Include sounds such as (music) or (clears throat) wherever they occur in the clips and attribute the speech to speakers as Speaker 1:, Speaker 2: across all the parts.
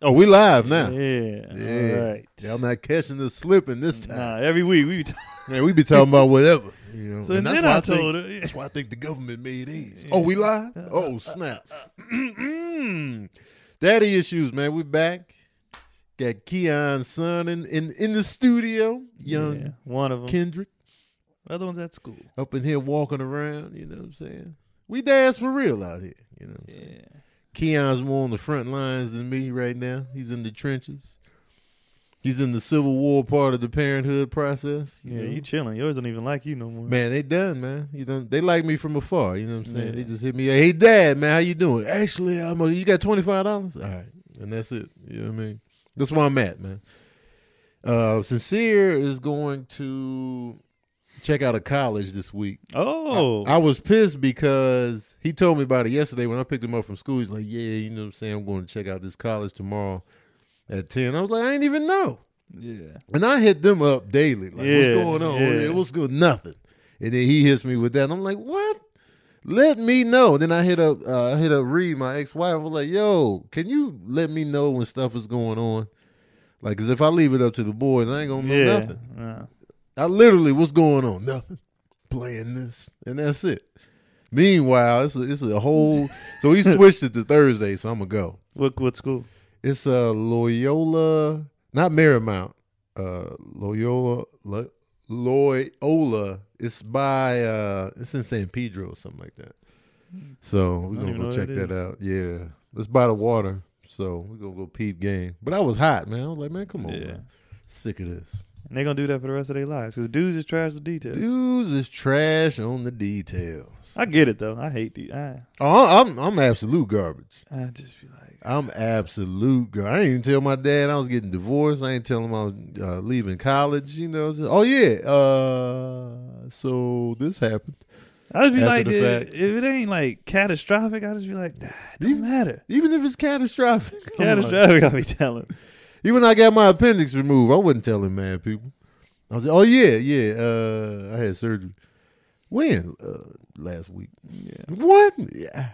Speaker 1: Oh, we live now.
Speaker 2: Yeah.
Speaker 1: Yeah.
Speaker 2: All right.
Speaker 1: Yeah, I'm not catching the slipping this time.
Speaker 2: Nah, every week we be
Speaker 1: Man, we be talking about whatever. You know?
Speaker 2: (laughs) So
Speaker 1: and that's
Speaker 2: then
Speaker 1: why
Speaker 2: I
Speaker 1: think-
Speaker 2: told her, yeah.
Speaker 1: That's why I think the government made these. Oh, we live? Oh, snap. (clears throat) Daddy issues, man. We back. Got Keon's son in, in, in the studio. Young
Speaker 2: Yeah, one of them.
Speaker 1: Kendrick
Speaker 2: Other one's at school.
Speaker 1: up in here walking around. You know what I'm saying? We dads for real out here. You know what I'm saying?
Speaker 2: Yeah.
Speaker 1: Keon's more on the front lines than me right now. He's in the trenches. He's in the Civil War part of the parenthood process.
Speaker 2: Yeah,
Speaker 1: know?
Speaker 2: you chilling. Yours don't even like you no more.
Speaker 1: Man, they done, man. You know, they like me from afar. You know what I'm saying? They
Speaker 2: Yeah.
Speaker 1: just hit me. Hey, Dad, man, how you doing? Actually, I'm. A, you got twenty five dollars? All right, and that's it. You know what I mean? That's where I'm at, man. Uh, Sincere is going to check out a college this week.
Speaker 2: Oh.
Speaker 1: I, I was pissed because he told me about it yesterday when I picked him up from school. He's like, "Yeah, you know what I'm saying? I'm going to check out this college tomorrow at 10. I was like, "I didn't even know."
Speaker 2: yeah.
Speaker 1: And I hit them up daily. Like,
Speaker 2: Yeah,
Speaker 1: what's going on?
Speaker 2: yeah.
Speaker 1: What's good? Nothing. And then he hits me with that. And I'm like, what? Let me know. Then I hit up, uh, I hit up Reed, my ex wife. I was like, yo, can you let me know when stuff is going on? Like, cause if I leave it up to the boys, I ain't gonna know
Speaker 2: Yeah.
Speaker 1: nothing.
Speaker 2: Uh,
Speaker 1: I literally, what's going on? Nothing. Playing this, and that's it. Meanwhile, it's a, it's a whole. so
Speaker 2: (laughs)
Speaker 1: he switched it to Thursday, so I'm gonna go.
Speaker 2: what what school?
Speaker 1: It's uh, Loyola, not Marymount. Uh, Loyola, Lo- Loyola. It's by uh, it's in San Pedro or something like that. So we're
Speaker 2: I don't
Speaker 1: gonna
Speaker 2: even
Speaker 1: go
Speaker 2: know
Speaker 1: check
Speaker 2: where
Speaker 1: that,
Speaker 2: that
Speaker 1: out. Yeah, it's by the water. So we're gonna go peep game. But I was hot, man. I was like, man, come on,
Speaker 2: Yeah.
Speaker 1: man. sick of this.
Speaker 2: And they're gonna do that for the rest of their lives because dudes is trash with details.
Speaker 1: Dudes is trash on the details.
Speaker 2: I get it though. I hate the. I
Speaker 1: Oh, I- I'm I'm absolute garbage.
Speaker 2: I just be like,
Speaker 1: I'm absolute garbage. I didn't even tell my dad I was getting divorced. I ain't tell him I was uh, leaving college. You know, It's just, oh yeah. Uh, so this happened.
Speaker 2: I just be
Speaker 1: After
Speaker 2: like,
Speaker 1: the
Speaker 2: dude,
Speaker 1: fact.
Speaker 2: if it ain't like catastrophic, I just be like, nah, it don't
Speaker 1: Even-
Speaker 2: matter.
Speaker 1: Even if it's catastrophic. (laughs) Come on.
Speaker 2: Catastrophic, I
Speaker 1: (laughs)
Speaker 2: be telling.
Speaker 1: Even I got my appendix removed, I wasn't telling mad people. I was like, oh yeah, yeah. Uh, I had surgery. When? Uh, last week.
Speaker 2: Yeah.
Speaker 1: What? (sighs) Yeah.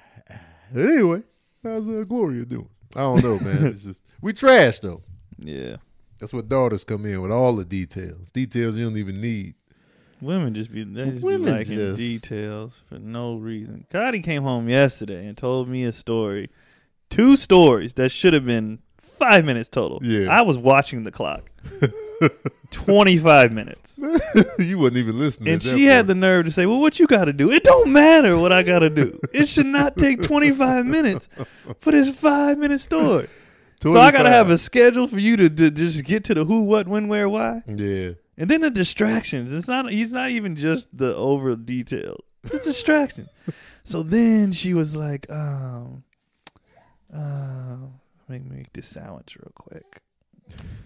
Speaker 1: Anyway, how's uh, Gloria doing? I don't know, man. it's just we trash though.
Speaker 2: Yeah.
Speaker 1: That's what daughters come in with all the details. Details you don't even need. (laughs)
Speaker 2: Women just be they just
Speaker 1: Women
Speaker 2: be liking
Speaker 1: just-
Speaker 2: details for no reason. Cody came home yesterday and told me a story, two stories that should have been five minutes total.
Speaker 1: Yeah.
Speaker 2: I was watching the clock, twenty five (laughs) minutes,
Speaker 1: you wasn't even listening.
Speaker 2: and she had the nerve to say, "Well, what you got to do? It don't matter what I got to do. It should not
Speaker 1: (laughs)
Speaker 2: take twenty five minutes for this five
Speaker 1: (laughs)
Speaker 2: minute story. So I got to have a schedule for you to, to just get to the who, what, when, where, why."
Speaker 1: yeah.
Speaker 2: And then the distractions. It's not. It's not even just the over detail. The distraction. so then she was like, um, uh, make me make this sandwich real quick.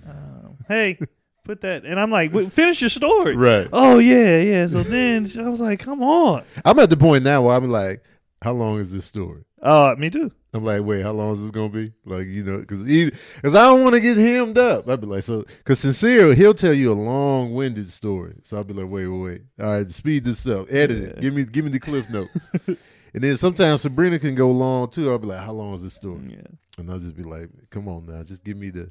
Speaker 2: Um, hey, put that. And I'm like, "Wait, finish your story.
Speaker 1: Right.
Speaker 2: Oh yeah, yeah. So then she- I was like, come on.
Speaker 1: I'm at the point now where I'm like, how long is this story?
Speaker 2: Uh, me too.
Speaker 1: I'm like, wait, how long is this gonna be? Like, you know, because because I don't want to get hemmed up. I'd be like, so because sincere, he'll tell you a long winded story. So I'll be like, wait, wait, wait. All right, speed this up, edit it.
Speaker 2: Yeah.
Speaker 1: Give me, give me the
Speaker 2: (laughs)
Speaker 1: cliff notes. and then sometimes Sabrina can go long too. I'll be like, how long is this story?
Speaker 2: Yeah.
Speaker 1: And I'll just be like, come on now, just give me
Speaker 2: (laughs)
Speaker 1: the.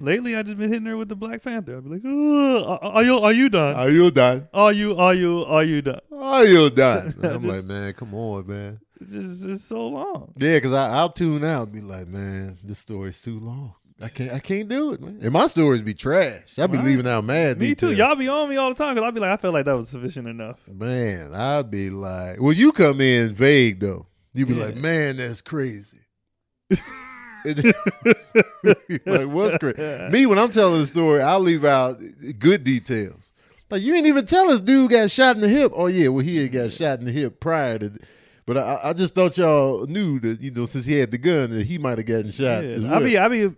Speaker 2: Lately, I just been hitting her with the Black Panther. I'd be like, "Ugh, are are you are you done?
Speaker 1: Are you done?
Speaker 2: Are you are you are you done?
Speaker 1: Are you done? And I'm
Speaker 2: Just- (laughs)
Speaker 1: like, man, come on, man.
Speaker 2: It's just it's so long.
Speaker 1: Yeah, because I'll tune out and be like, man, this story's too long. I can't I can't do it, man. And my stories be trash. I be
Speaker 2: Right.
Speaker 1: leaving out mad.
Speaker 2: Me too.
Speaker 1: details.
Speaker 2: Y'all be on me all the time because I be like, I felt like that was sufficient enough.
Speaker 1: Man, I'd be like, well, you come in vague though. You be
Speaker 2: Yeah.
Speaker 1: like, man, that's
Speaker 2: (laughs)
Speaker 1: crazy. And then- (laughs) like, what's crazy? Me, when I'm telling the story, I leave out good details. Like, you didn't even tell us dude got shot in the hip. Oh, yeah, well, he had got shot in the hip prior to. But I, I just thought y'all knew that, you know, since he had the gun, that he might have gotten shot. as
Speaker 2: I
Speaker 1: well.
Speaker 2: be, I be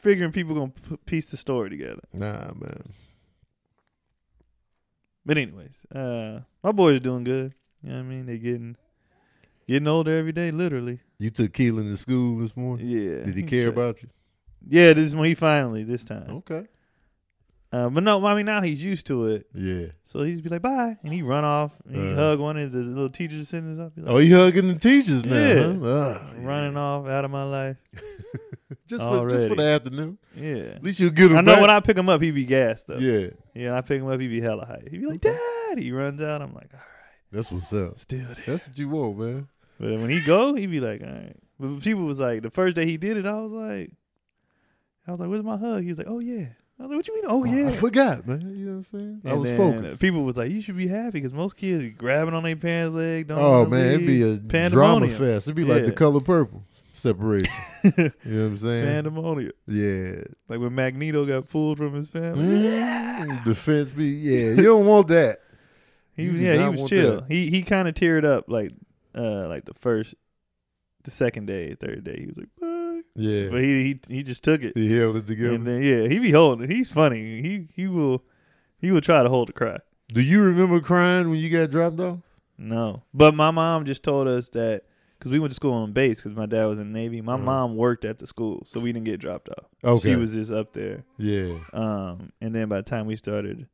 Speaker 2: figuring people gonna p- piece the story together.
Speaker 1: Nah, man.
Speaker 2: But anyways, uh, my boys are doing good. You know what I mean? They getting getting older every day, literally.
Speaker 1: You took Keelan to school this morning?
Speaker 2: (laughs) Yeah.
Speaker 1: Did he care about you?
Speaker 2: Yeah, this is when he finally this time.
Speaker 1: Okay.
Speaker 2: Uh, but no, I mean now he's used to it,
Speaker 1: Yeah.
Speaker 2: so he just be like bye, and he run off and he
Speaker 1: Uh.
Speaker 2: hug one of the little teachers sitting up, be like,
Speaker 1: Oh, he hugging the teachers now.
Speaker 2: Yeah.
Speaker 1: huh? Ah,
Speaker 2: running off out of my life.
Speaker 1: just for, just for
Speaker 2: already.
Speaker 1: the afternoon.
Speaker 2: Yeah,
Speaker 1: At least you get him.
Speaker 2: I know
Speaker 1: back.
Speaker 2: when I pick him up, he be gassed though. Yeah,
Speaker 1: Yeah,
Speaker 2: I pick him up, he be hella high. He be like dad, he runs out. I'm like, all right,
Speaker 1: that's what's up.
Speaker 2: let's do it.
Speaker 1: That's what you want, man.
Speaker 2: But
Speaker 1: (laughs)
Speaker 2: when he go, he be like all right. But people was like the first day he did it, I was like, I was like, where's my hug? He was like, oh yeah. I was like, what you mean? Oh yeah.
Speaker 1: I forgot, man. You know what I'm saying? (laughs) I
Speaker 2: And
Speaker 1: was
Speaker 2: then, uh,
Speaker 1: focused.
Speaker 2: People was like, "You should be happy because most kids grabbing on their parents' leg." Don't
Speaker 1: Oh
Speaker 2: wanna
Speaker 1: man, it'd be
Speaker 2: leave.
Speaker 1: a drama
Speaker 2: pandemonium.
Speaker 1: fest. It'd be like the
Speaker 2: Yeah.
Speaker 1: color purple
Speaker 2: (laughs)
Speaker 1: separation. you know what I'm saying?
Speaker 2: pandemonium.
Speaker 1: yeah.
Speaker 2: Like when Magneto got pulled from his family,
Speaker 1: Mm, Defense be yeah. You don't want that.
Speaker 2: he
Speaker 1: You
Speaker 2: was
Speaker 1: do
Speaker 2: yeah, he
Speaker 1: not
Speaker 2: was
Speaker 1: want
Speaker 2: chill.
Speaker 1: that.
Speaker 2: He he kind of teared up like uh like the first, the second day, third day. He was like, "Bye,"
Speaker 1: Yeah.
Speaker 2: but he he he just took it.
Speaker 1: He held it together.
Speaker 2: And then yeah, he be holding. it. He's funny. He he will he will try to hold a cry.
Speaker 1: Do you remember crying when you got dropped off?
Speaker 2: No, but my mom just told us that because we went to school on base because my dad was in the Navy. My
Speaker 1: Mhm.
Speaker 2: mom worked at the school, so we didn't get dropped off.
Speaker 1: Okay.
Speaker 2: She was just up there.
Speaker 1: yeah.
Speaker 2: Um, and then by the time we started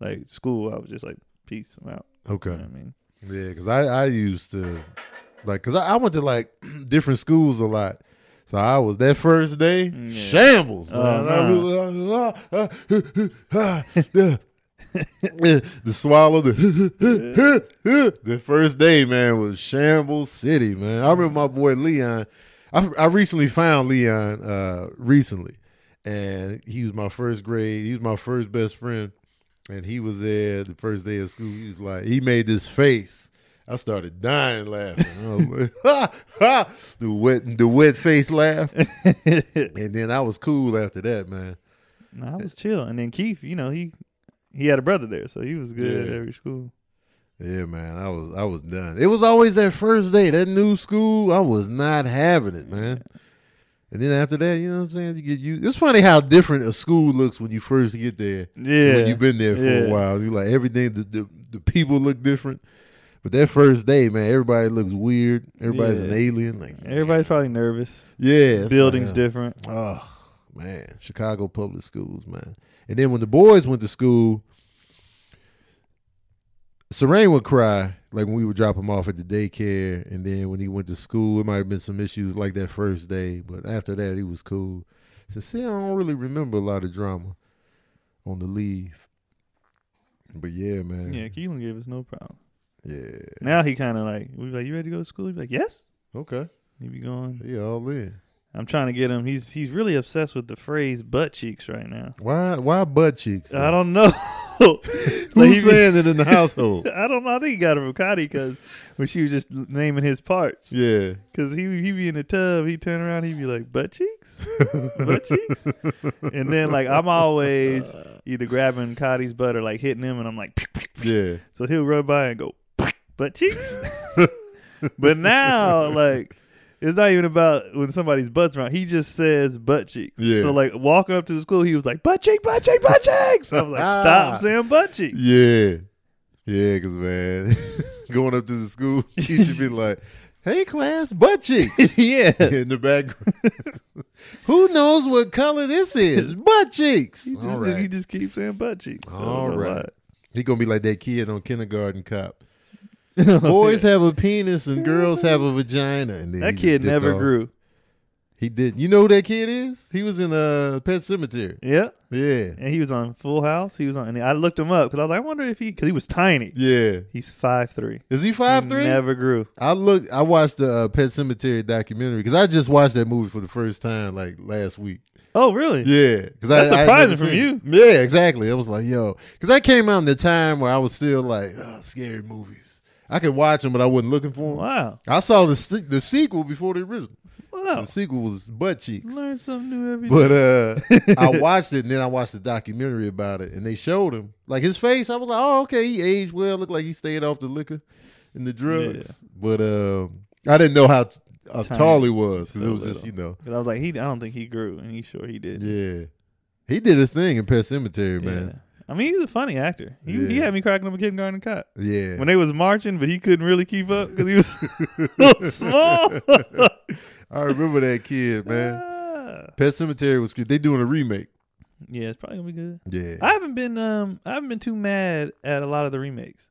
Speaker 2: like school, I was just like, peace, I'm out. You know
Speaker 1: Okay.
Speaker 2: what I mean?
Speaker 1: Yeah, because I, I used to like because I, I went to like (clears throat) different schools a lot. So I was that first day
Speaker 2: Yeah.
Speaker 1: shambles. Man.
Speaker 2: Oh,
Speaker 1: I was- the (laughs) the swallow the the (laughs) first day man was shambles city man. I remember my boy Leon. I I recently found Leon uh recently, and he was my first grade. He was my first best friend. And he was there the first day of school. He was like, he made this face. I started dying laughing. I was like, (laughs) ha, ha, the wet, the wet face laugh. and then I was cool after that, man.
Speaker 2: No, I was chill. And then Keith, you know, he he had a brother there, so he was good at
Speaker 1: Yeah.
Speaker 2: every school.
Speaker 1: Yeah, man, I was, I was done. It was always that first day, that new school. I was not having it, man. And then after that, you know what I'm saying? You get you. It's funny how different a school looks when you first get there.
Speaker 2: Yeah,
Speaker 1: when you've been there for a
Speaker 2: Yeah.
Speaker 1: while. You like everything. The, the the people look different, but that first day, man, everybody looks weird. Everybody's an
Speaker 2: Yeah.
Speaker 1: alien. Like
Speaker 2: Everybody's probably nervous.
Speaker 1: yeah, it's
Speaker 2: Buildings
Speaker 1: like,
Speaker 2: different.
Speaker 1: Oh man, Chicago public schools, man. And then when the boys went to school, Serene would cry like when we would drop him off at the daycare, and then when he went to school, it might have been some issues like that first day, but after that, he was cool. So see, I don't really remember a lot of drama on the leave. But yeah, man.
Speaker 2: Yeah, Keelan gave us no problem.
Speaker 1: Yeah.
Speaker 2: Now he kind of like we like, you ready to go to school? He'd be like, yes.
Speaker 1: Okay.
Speaker 2: He be going.
Speaker 1: He all in.
Speaker 2: I'm trying to get him. He's he's really obsessed with the phrase butt cheeks right now.
Speaker 1: Why? Why butt cheeks?
Speaker 2: I don't know.
Speaker 1: (laughs)
Speaker 2: Like, he
Speaker 1: Who's
Speaker 2: be-
Speaker 1: saying it in the household?
Speaker 2: (laughs) I don't know. I think he got it from Cotty because when she was just naming his parts,
Speaker 1: yeah.
Speaker 2: because he he be in the tub, he turn around, he be like butt cheeks, butt cheeks, and then like I'm always either grabbing Cotty's butt or like hitting him, and I'm like, "Pew, pew,
Speaker 1: (laughs)
Speaker 2: pew."
Speaker 1: Yeah.
Speaker 2: so he'll rub by and go (laughs)
Speaker 1: (laughs)
Speaker 2: butt cheeks, but now like. It's not even about when somebody's butt's around. He just says butt cheeks.
Speaker 1: Yeah.
Speaker 2: So like walking up to the school, he was like butt cheek, butt cheek, butt cheeks. So I was like,
Speaker 1: Ah.
Speaker 2: stop saying butt
Speaker 1: (laughs)
Speaker 2: cheeks.
Speaker 1: Yeah. Yeah, because, man, (laughs) going up to the school, (laughs) he should be like, hey, class, butt cheek.
Speaker 2: (laughs) yeah.
Speaker 1: (laughs) In the background. (laughs) Who knows what color this
Speaker 2: (laughs)
Speaker 1: is? Butt cheeks.
Speaker 2: He just,
Speaker 1: All
Speaker 2: he
Speaker 1: right.
Speaker 2: just keeps saying butt cheeks. So
Speaker 1: All
Speaker 2: I'm
Speaker 1: right.
Speaker 2: like,
Speaker 1: He going to be like that kid on Kindergarten
Speaker 2: (laughs)
Speaker 1: Cop.
Speaker 2: Oh,
Speaker 1: Boys have a penis and girls have
Speaker 2: (laughs)
Speaker 1: a vagina. And then
Speaker 2: that
Speaker 1: he just
Speaker 2: kid
Speaker 1: dipped
Speaker 2: never
Speaker 1: off.
Speaker 2: grew.
Speaker 1: He didn't. You know who that kid is? He was in uh, Pet Cemetery.
Speaker 2: Yeah.
Speaker 1: Yeah.
Speaker 2: And he was on Full House. He was on, and I looked him up because I was like, I wonder if he, because he was tiny.
Speaker 1: Yeah.
Speaker 2: He's five three.
Speaker 1: Is he five three?
Speaker 2: Never grew.
Speaker 1: I look. I watched the uh, Pet Cemetery documentary because I just watched that movie for the first time like last
Speaker 2: (laughs)
Speaker 1: week.
Speaker 2: Oh, really?
Speaker 1: Yeah, because
Speaker 2: That's surprising from
Speaker 1: Yeah, exactly. I was like, yo, because I came out in the time where I was still like "Ugh, scary movies. I could watch them, but I wasn't looking for them.
Speaker 2: Wow.
Speaker 1: I saw the se- the sequel before the original.
Speaker 2: Wow.
Speaker 1: The sequel was butt cheeks.
Speaker 2: Learn something new every day.
Speaker 1: But uh, I watched it, and then I watched the documentary about it, and they showed him like his face. I was like, oh, okay, he aged well. Looked like he stayed off the liquor and the drugs. But um, I didn't know how, t- how
Speaker 2: Tiny.
Speaker 1: tall he was because
Speaker 2: So
Speaker 1: it was just you know,
Speaker 2: 'Cause I was like, he. I don't think he grew, and he's sure he did.
Speaker 1: yeah. He did his thing in Pet Cemetery,
Speaker 2: Yeah.
Speaker 1: man.
Speaker 2: I mean, he's a funny actor. He, he
Speaker 1: Yeah.
Speaker 2: had me cracking up a kindergarten cop
Speaker 1: Yeah, (laughs)
Speaker 2: when (laughs) they was marching, but he couldn't really keep up because he was so small.
Speaker 1: (laughs) I remember that kid, (laughs) man.
Speaker 2: Ah.
Speaker 1: Pet Cemetery was they doing a remake.
Speaker 2: (laughs) Yeah, it's probably gonna be good.
Speaker 1: Yeah.
Speaker 2: I haven't been um I haven't been too mad at a lot of the remakes.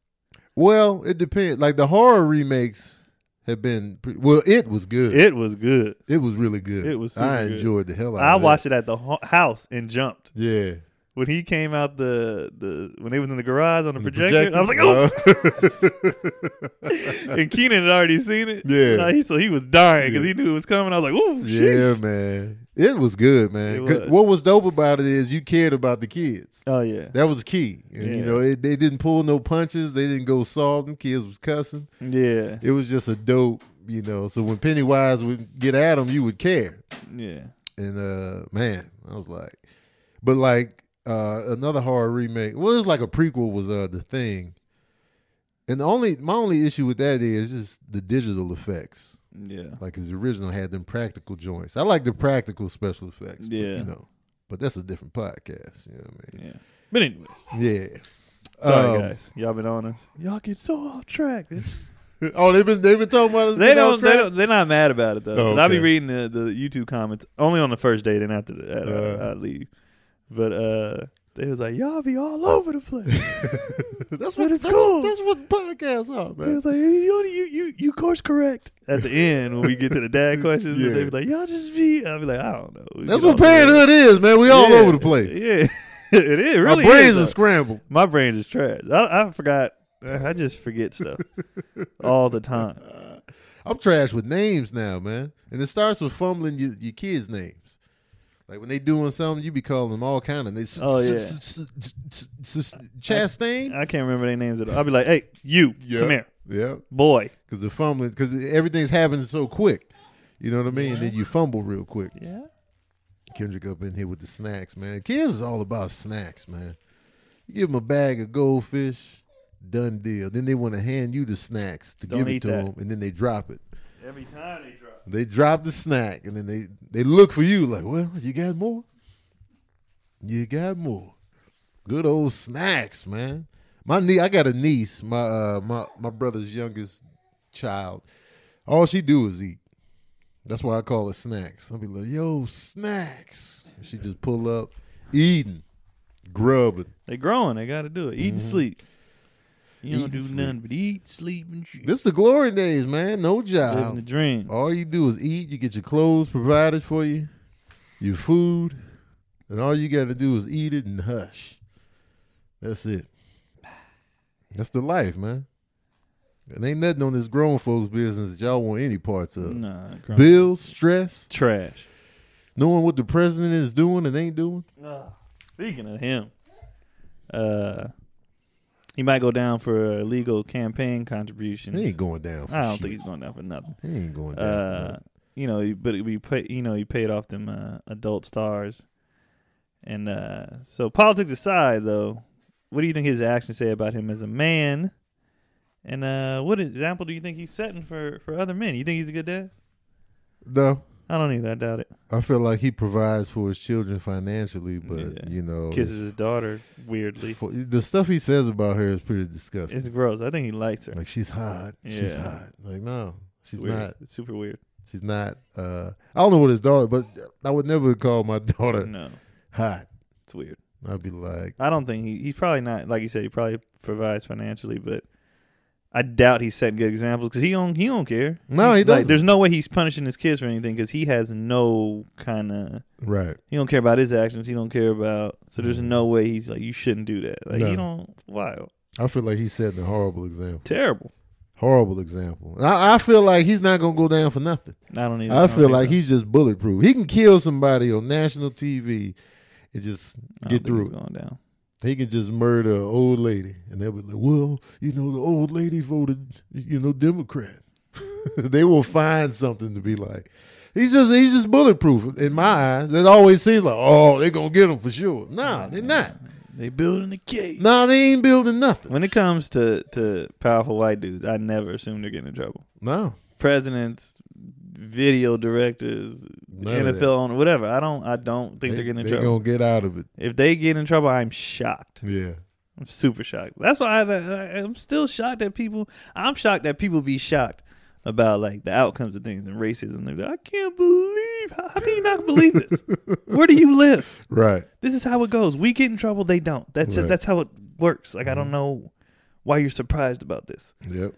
Speaker 1: well, it depends. Like the horror remakes have been. Pre- well, it was good. It,
Speaker 2: It was good.
Speaker 1: was really good.
Speaker 2: It was
Speaker 1: I
Speaker 2: super good.
Speaker 1: enjoyed the hell out.
Speaker 2: I
Speaker 1: of
Speaker 2: watched it at the ho- house and jumped
Speaker 1: It. Yeah.
Speaker 2: when he came out the the when they was in the garage on the,
Speaker 1: The
Speaker 2: projector. I was "Oh." like, oh,
Speaker 1: projector.
Speaker 2: (laughs) and Keenan had already seen it.
Speaker 1: Yeah.
Speaker 2: Like, he- so he was dying because
Speaker 1: Yeah.
Speaker 2: he knew it was coming. I was like, oh,
Speaker 1: (laughs) yeah,
Speaker 2: shit.
Speaker 1: man. It was good, man.
Speaker 2: It
Speaker 1: 'Cause
Speaker 2: was.
Speaker 1: What was dope about it is you cared about the kids.
Speaker 2: Oh yeah,
Speaker 1: That was key. And,
Speaker 2: Yeah.
Speaker 1: You know, it, they didn't pull no punches. They didn't go soft. Them kids was cussing.
Speaker 2: yeah,
Speaker 1: It was just a dope, you know. So when Pennywise would get at him, you would care.
Speaker 2: yeah.
Speaker 1: And uh man, I was like, but like uh another horror remake. Well, it's like a prequel was uh the thing. And the only my only issue with that is just the digital effects.
Speaker 2: Yeah.
Speaker 1: Like his original had them practical joints. I like the practical special effects. but,
Speaker 2: Yeah.
Speaker 1: you know, but that's a different podcast. You know what
Speaker 2: (laughs) Yeah. But anyways,
Speaker 1: I mean? Yeah.
Speaker 2: sorry
Speaker 1: Um,
Speaker 2: guys, y'all been on us. Y'all get so off track. This is-
Speaker 1: (laughs) Oh, they've been they've been talking about us.
Speaker 2: (laughs) they
Speaker 1: being off
Speaker 2: don't. They
Speaker 1: track? (laughs)
Speaker 2: don't. They're not mad about it though.
Speaker 1: Oh,
Speaker 2: 'Cause I be
Speaker 1: okay.
Speaker 2: reading the, the YouTube comments only on the first date and after that I,
Speaker 1: Uh.
Speaker 2: I leave. But uh, they was like, y'all be all over the place.
Speaker 1: (laughs) that's
Speaker 2: But
Speaker 1: what it's
Speaker 2: it's cool.
Speaker 1: cool. That's what podcasts are,
Speaker 2: They
Speaker 1: man.
Speaker 2: was like, you, don't- you you you course correct at the end when we get to
Speaker 1: (laughs)
Speaker 2: the dad questions.
Speaker 1: Yeah.
Speaker 2: They be like, y'all just be. I be like, I don't know. We
Speaker 1: That's what
Speaker 2: get all over the-
Speaker 1: parenthood is, man. We all
Speaker 2: Yeah.
Speaker 1: over the place.
Speaker 2: Yeah, (laughs) it is. It really
Speaker 1: Our brains
Speaker 2: is,
Speaker 1: are
Speaker 2: though.
Speaker 1: scrambled.
Speaker 2: My brain is trash. I, I forgot. I just
Speaker 1: (laughs)
Speaker 2: forget stuff all the time.
Speaker 1: I'm trash with names now, man. And it starts with fumbling your, your kids' names. Like when they doing something, you be calling them all kind of names.
Speaker 2: Oh, yeah.
Speaker 1: S- s- s- s- s- s- Chastain.
Speaker 2: I can't remember their names at all. I'll be like, hey, you,
Speaker 1: Yeah.
Speaker 2: come here,
Speaker 1: Yeah,
Speaker 2: boy.
Speaker 1: because the fumbling, because everything's happening so quick. You know what I mean? And then you fumble real quick.
Speaker 2: Yeah.
Speaker 1: Kendrick up in here with the snacks, man. Kids is all about snacks, man. You give them a bag of goldfish, done deal. Then they want to hand you the snacks to
Speaker 2: Don't
Speaker 1: give
Speaker 2: eat
Speaker 1: it to
Speaker 2: that.
Speaker 1: them, and then they drop it.
Speaker 2: Every time they drop.
Speaker 1: They drop the snack, and then they they look for you like, well, you got more. You got more. Good old snacks, man. My niece, I got a niece, my uh, my my brother's youngest child. All she do is eat. That's why I call it snacks. I'll be like, yo, snacks. And she just pull up, eating, grubbing.
Speaker 2: They growing. They got to do it. Eat and sleep. You don't
Speaker 1: Mm-hmm. Eat
Speaker 2: do
Speaker 1: and
Speaker 2: nothing but eat, sleep, and shit.
Speaker 1: This the glory days, man. No
Speaker 2: Living the
Speaker 1: job.
Speaker 2: dream.
Speaker 1: All you do is eat. You get your clothes provided for you, your food, and all you got to do is eat it and hush. That's it. That's the life, man. It ain't nothing on this grown folks business that y'all want any parts of.
Speaker 2: Nah, growing.
Speaker 1: Bills, stress,
Speaker 2: trash.
Speaker 1: knowing what the president is doing and ain't doing.
Speaker 2: Speaking of him, uh, he might go down for illegal campaign contributions.
Speaker 1: He ain't going down. For
Speaker 2: I don't
Speaker 1: shit.
Speaker 2: think he's going down for nothing.
Speaker 1: he ain't going down. for
Speaker 2: Uh,
Speaker 1: nothing.
Speaker 2: you know, he- but we pay, you know, he paid off them uh, adult stars, and uh, so politics aside, though, what do you think his actions say about him as a man? And uh, what example do you think he's setting for for other men? You think he's a good dad?
Speaker 1: no,
Speaker 2: I don't either. I doubt it.
Speaker 1: I feel like he provides for his children financially, but
Speaker 2: Yeah.
Speaker 1: you know,
Speaker 2: Kisses his daughter weirdly.
Speaker 1: for- the stuff he says about her is pretty disgusting.
Speaker 2: It's gross. I think he likes her.
Speaker 1: Like she's hot. She's
Speaker 2: Yeah.
Speaker 1: hot. Like no, she's
Speaker 2: Weird.
Speaker 1: not.
Speaker 2: It's super weird.
Speaker 1: She's not. Uh, I don't know what his daughter, but I would never call my (laughs) daughter
Speaker 2: No,
Speaker 1: hot.
Speaker 2: it's weird.
Speaker 1: I'd be like,
Speaker 2: I don't think he, he's probably not like you said. He probably provides financially, but I doubt he's setting good examples because he don't he don't care.
Speaker 1: No, he
Speaker 2: Like,
Speaker 1: doesn't.
Speaker 2: there's no way he's punishing his kids for anything because he has no kind of
Speaker 1: right,
Speaker 2: he don't care about his actions. He don't care about so there's no way he's like you shouldn't do that. Like
Speaker 1: Mm. No.
Speaker 2: you don't why
Speaker 1: I feel like he's setting a horrible example.
Speaker 2: terrible.
Speaker 1: Horrible example. And I, I feel like he's not gonna go down for nothing.
Speaker 2: I don't even.
Speaker 1: I feel like he's just bulletproof. He can kill somebody on national TV and just get through it.
Speaker 2: going down.
Speaker 1: He can just murder an old lady, and they'll be like, "Well, you know, the old lady voted, you know, Democrat." (laughs) they will find something to be like. He's just he's just bulletproof in my eyes. It always seems like, "Oh, they're gonna get him for sure." Nah, they're not.
Speaker 2: They building a case.
Speaker 1: Nah, they ain't building nothing.
Speaker 2: When it comes to to powerful white dudes, I never assume they're getting in trouble.
Speaker 1: No,
Speaker 2: presidents, video directors,
Speaker 1: None of that.
Speaker 2: NFL owner, whatever. I don't. I don't think they, are getting in
Speaker 1: they
Speaker 2: trouble.
Speaker 1: gonna get out of it.
Speaker 2: if they get in trouble, I'm shocked.
Speaker 1: Yeah, (laughs)
Speaker 2: I'm super shocked. That's why I, I, I'm still shocked that people. I'm shocked that people be shocked about like the
Speaker 1: (laughs)
Speaker 2: outcomes of things and racism. They're like, I can't believe. How, how can you not believe this? Where do you live?
Speaker 1: Right.
Speaker 2: This is how it goes. We get in trouble, they don't. That's
Speaker 1: Right.
Speaker 2: it. That's how it works. Like I
Speaker 1: Mhm.
Speaker 2: don't know why you're surprised about this.
Speaker 1: Yep.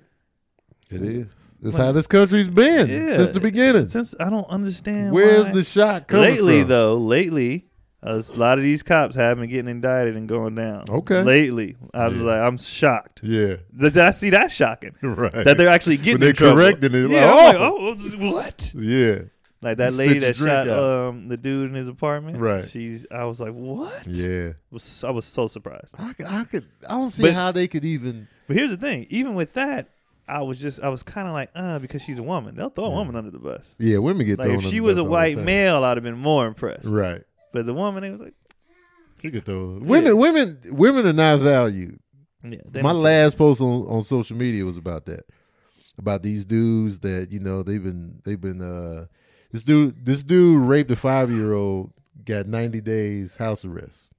Speaker 1: It is. That's
Speaker 2: Like-
Speaker 1: how this country's been
Speaker 2: Yeah.
Speaker 1: since the beginning.
Speaker 2: Since I don't understand
Speaker 1: Where's
Speaker 2: why-
Speaker 1: the shot coming
Speaker 2: lately
Speaker 1: from?
Speaker 2: though, lately a lot of these cops have been getting indicted and going down.
Speaker 1: Okay.
Speaker 2: Lately, I was
Speaker 1: Yeah.
Speaker 2: like, I'm shocked.
Speaker 1: Yeah. (laughs)
Speaker 2: That I see that shocking.
Speaker 1: Right.
Speaker 2: That they're actually getting
Speaker 1: they're
Speaker 2: in trouble.
Speaker 1: correcting it,
Speaker 2: Yeah,
Speaker 1: like,
Speaker 2: I'm like, oh, what?
Speaker 1: yeah.
Speaker 2: Like that
Speaker 1: You
Speaker 2: lady
Speaker 1: spit your
Speaker 2: that shot
Speaker 1: drink out.
Speaker 2: um the dude in his apartment.
Speaker 1: Right.
Speaker 2: She's. I was like, what?
Speaker 1: Yeah.
Speaker 2: Was, I was so surprised.
Speaker 1: I, c- I could. I don't see
Speaker 2: But-
Speaker 1: how they could even.
Speaker 2: But here's the thing. Even with that, I was just. I was kind of like, uh, because she's a woman. They'll throw a
Speaker 1: Yeah.
Speaker 2: woman under the bus.
Speaker 1: Yeah, women get
Speaker 2: Like
Speaker 1: thrown.
Speaker 2: if
Speaker 1: under
Speaker 2: she
Speaker 1: the
Speaker 2: was
Speaker 1: bus
Speaker 2: a
Speaker 1: all the
Speaker 2: white
Speaker 1: time.
Speaker 2: male, I'd have been more impressed.
Speaker 1: right?
Speaker 2: But the woman, it was like,
Speaker 1: She could throw. Women, women, women are not valued.
Speaker 2: yeah. they
Speaker 1: My
Speaker 2: don't-
Speaker 1: last post on, on social media was about that, about these dudes that you know they've been they've been uh this dude this dude raped a five year old got ninety days house arrest,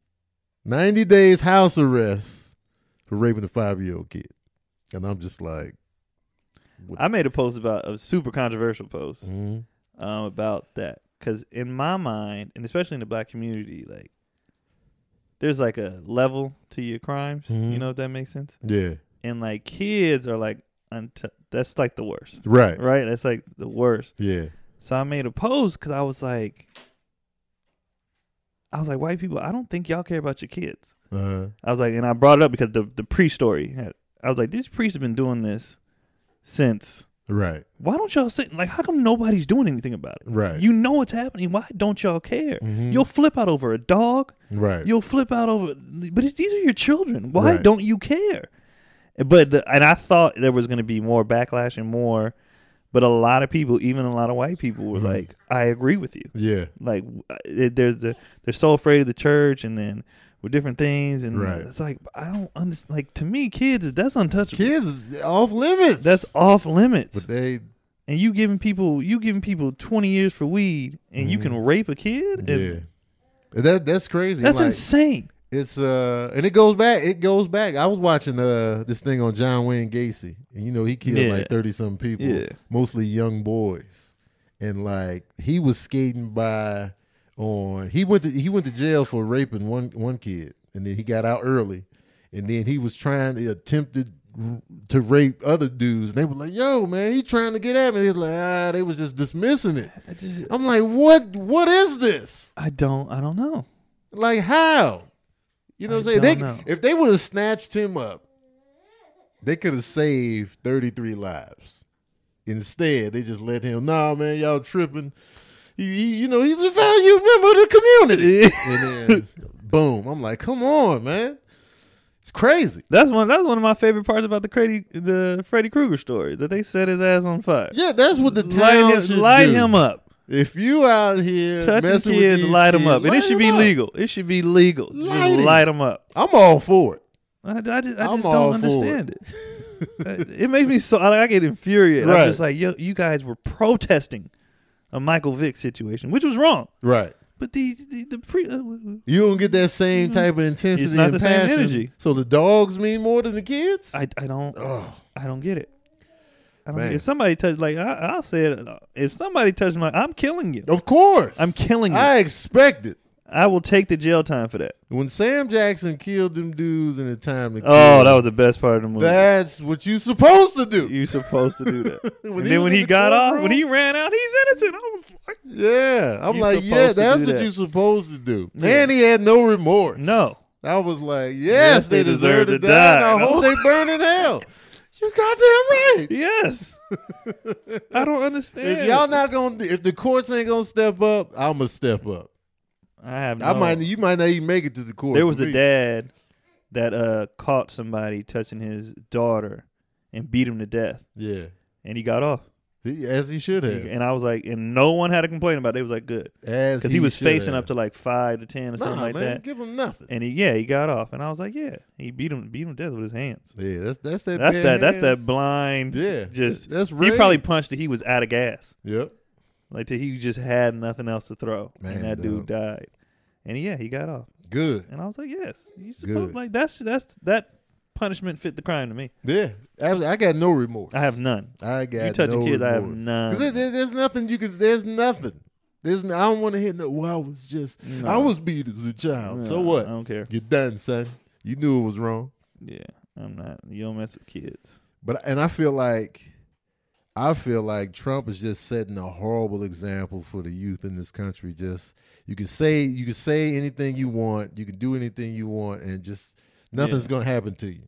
Speaker 1: ninety days house arrest for raping a five year old kid, and I'm just like,
Speaker 2: I made a post about a super controversial post
Speaker 1: mhm,
Speaker 2: um, about that because in my mind, and especially in the black community, like there's like a level to your crimes.
Speaker 1: Mhm.
Speaker 2: You know if that makes sense.
Speaker 1: yeah,
Speaker 2: And like kids are like, unt- that's like the worst,
Speaker 1: right,
Speaker 2: right? That's like the worst.
Speaker 1: yeah,
Speaker 2: So I made a post because I was like, I was like, white people, I don't think y'all care about your kids.
Speaker 1: uh,
Speaker 2: I was like, and I brought it up because the the priest story. Had, I was like, this priest has been doing this since
Speaker 1: right,
Speaker 2: why don't y'all sit like how come nobody's doing anything about it
Speaker 1: right,
Speaker 2: you know what's happening why don't y'all care
Speaker 1: Mhm.
Speaker 2: you'll flip out over a dog
Speaker 1: right,
Speaker 2: you'll flip out over but it's, these are your children why
Speaker 1: Right.
Speaker 2: don't you care but the, and i thought there was going to be more backlash and more but a lot of people even a lot of white people were
Speaker 1: Mhm.
Speaker 2: like i agree with you
Speaker 1: yeah,
Speaker 2: like uh, it, there's the they're so afraid of the church and then with different things and
Speaker 1: Right.
Speaker 2: it's like i don't understand like to me kids that's untouchable
Speaker 1: kids is off limits.
Speaker 2: that's off limits
Speaker 1: but they
Speaker 2: and you giving people you giving people 20 years for weed and you can rape a kid
Speaker 1: Mm-hmm. yeah.
Speaker 2: And
Speaker 1: That that's crazy.
Speaker 2: that's
Speaker 1: Like,
Speaker 2: insane
Speaker 1: It's uh, and it goes back. It goes back. I was watching uh this thing on John Wayne Gacy, and you know he killed
Speaker 2: Yeah.
Speaker 1: like thirty some people,
Speaker 2: Yeah.
Speaker 1: mostly young boys, and like he was skating by on. He went to he went to jail for raping one one kid, and then he got out early, and then he was trying to attempted r- to rape other dudes, and they were like, "Yo, man, he trying to get at me." They was like, "Ah," they was just dismissing it.
Speaker 2: i just
Speaker 1: I'm like, "What? What is this?"
Speaker 2: i don't i don't know
Speaker 1: Like how? You know
Speaker 2: I
Speaker 1: what I'm saying? They,
Speaker 2: don't know.
Speaker 1: If they would have snatched him up, they could have saved 33 lives. Instead, they just let him. Nah, man, y'all tripping. You, you you know, he's a valued member of the community. and then, boom! I'm like, come on, man. It's crazy.
Speaker 2: that's one that's one of my favorite parts about the crazy the freddy krueger story that they set his ass on fire
Speaker 1: Yeah, that's what the town
Speaker 2: light, him,
Speaker 1: should
Speaker 2: light
Speaker 1: do.
Speaker 2: him up
Speaker 1: If you out here
Speaker 2: touching
Speaker 1: messing with
Speaker 2: kids
Speaker 1: these
Speaker 2: light him
Speaker 1: kids,
Speaker 2: up and it
Speaker 1: light
Speaker 2: should
Speaker 1: 'em
Speaker 2: be
Speaker 1: up.
Speaker 2: legal it should be legal
Speaker 1: Light
Speaker 2: just
Speaker 1: him.
Speaker 2: light him up
Speaker 1: I'm all for it.
Speaker 2: i, I just, I
Speaker 1: I'm
Speaker 2: just
Speaker 1: all
Speaker 2: don't
Speaker 1: for
Speaker 2: understand it Uh, it makes me so I, I get infuriated
Speaker 1: Right.
Speaker 2: i'm just like yo you guys were protesting a michael vick situation which was wrong
Speaker 1: (laughs) Right.
Speaker 2: But the the, the pre uh,
Speaker 1: You don't get that same type of intensity.
Speaker 2: Mm-hmm. It's not
Speaker 1: and
Speaker 2: the same
Speaker 1: passion.
Speaker 2: energy.
Speaker 1: So the dogs mean more than the kids.
Speaker 2: I I don't
Speaker 1: oh,
Speaker 2: I don't get it. I don't
Speaker 1: Man.
Speaker 2: get, if somebody touch like I, I'll say it. uh, If somebody touches my, I'm killing you.
Speaker 1: of course.
Speaker 2: I'm killing you.
Speaker 1: Oh.
Speaker 2: I,
Speaker 1: I expect it.
Speaker 2: will take the jail time for that.
Speaker 1: When Sam Jackson killed them dudes in the time to
Speaker 2: Oh, that was the best part of the movie.
Speaker 1: that's what you supposed to do.
Speaker 2: you supposed to
Speaker 1: (laughs)
Speaker 2: do that.
Speaker 1: When
Speaker 2: and
Speaker 1: he
Speaker 2: then
Speaker 1: was
Speaker 2: when
Speaker 1: in
Speaker 2: he
Speaker 1: the
Speaker 2: got off,
Speaker 1: courtroom.
Speaker 2: when he ran out, he's innocent. I was like,
Speaker 1: yeah, I'm
Speaker 2: You
Speaker 1: like,
Speaker 2: supposed
Speaker 1: yeah,
Speaker 2: to
Speaker 1: that's
Speaker 2: do
Speaker 1: what
Speaker 2: that.
Speaker 1: you supposed to do.
Speaker 2: Yeah.
Speaker 1: And he had no remorse.
Speaker 2: no.
Speaker 1: I was like, yes, they, deserve, to die. and I hope they burn in hell. You goddamn
Speaker 2: (laughs)
Speaker 1: right. (laughs)
Speaker 2: Yes. I don't understand.
Speaker 1: If y'all not gonna, if the courts ain't gonna step up, I'ma step up.
Speaker 2: I have. No,
Speaker 1: I might you might not even make it to the court.
Speaker 2: There was
Speaker 1: for
Speaker 2: a
Speaker 1: me.
Speaker 2: dad that uh caught somebody touching his daughter and beat him to death,
Speaker 1: Yeah.
Speaker 2: and he got off.
Speaker 1: He- as he should
Speaker 2: He-
Speaker 1: have.
Speaker 2: and I was like, and no one had a complaint about it. It was like good
Speaker 1: As
Speaker 2: because he, was facing up to like five to ten or
Speaker 1: nah,
Speaker 2: something like
Speaker 1: man,
Speaker 2: that.
Speaker 1: Give him nothing.
Speaker 2: And he yeah he got off, and I was like yeah he beat him beat him to death with his hands.
Speaker 1: Yeah, that's that's that.
Speaker 2: That's
Speaker 1: bad
Speaker 2: that that's
Speaker 1: hand.
Speaker 2: that blind
Speaker 1: Yeah.
Speaker 2: just
Speaker 1: that's
Speaker 2: he
Speaker 1: rage.
Speaker 2: probably punched that he was out of gas
Speaker 1: Yep.
Speaker 2: like till he just had nothing else to throw
Speaker 1: Man,
Speaker 2: and that
Speaker 1: dog.
Speaker 2: dude died, and yeah he got off.
Speaker 1: Good.
Speaker 2: And I was like, yes, you
Speaker 1: Good.
Speaker 2: supposed like that's that's that punishment fit the crime to me.
Speaker 1: Yeah. I, I got no remorse.
Speaker 2: I have none.
Speaker 1: I got
Speaker 2: you touching
Speaker 1: no
Speaker 2: kids, I have
Speaker 1: remorse.
Speaker 2: none.
Speaker 1: 'Cause there- there- there's nothing you can. There's nothing. There's, I don't want to hear no. Well, I was just, I
Speaker 2: No.
Speaker 1: was beat as a child. So
Speaker 2: No,
Speaker 1: what?
Speaker 2: I don't care.
Speaker 1: You're done, son. You knew it was wrong.
Speaker 2: Yeah, I'm not. You don't mess with kids.
Speaker 1: But and I feel like, I feel like Trump is just setting a horrible example for the youth in this country. Just you can say you can say anything you want, you can do anything you want, and just nothing's
Speaker 2: Yeah.
Speaker 1: gonna happen to you.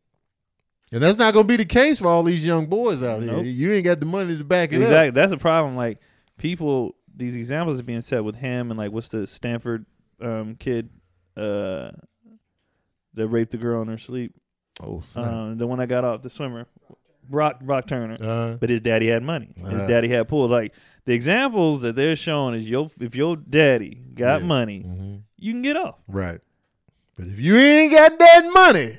Speaker 1: And that's not gonna be the case for all these young boys out
Speaker 2: Nope.
Speaker 1: here. You ain't got the money to back it
Speaker 2: Exactly. That's a problem. Like people, these examples are being set with him and like what's the Stanford um, kid uh, that raped the girl in her sleep.
Speaker 1: up. Oh, son.
Speaker 2: Um, the one that got off the swimmer, Rock Rock Turner.
Speaker 1: Uh,
Speaker 2: But his daddy had money. His
Speaker 1: Uh.
Speaker 2: daddy had pool. Like the examples that they're showing is your if your daddy got
Speaker 1: Yeah.
Speaker 2: money,
Speaker 1: mhm.
Speaker 2: you can get off.
Speaker 1: Right. But if you ain't got that money,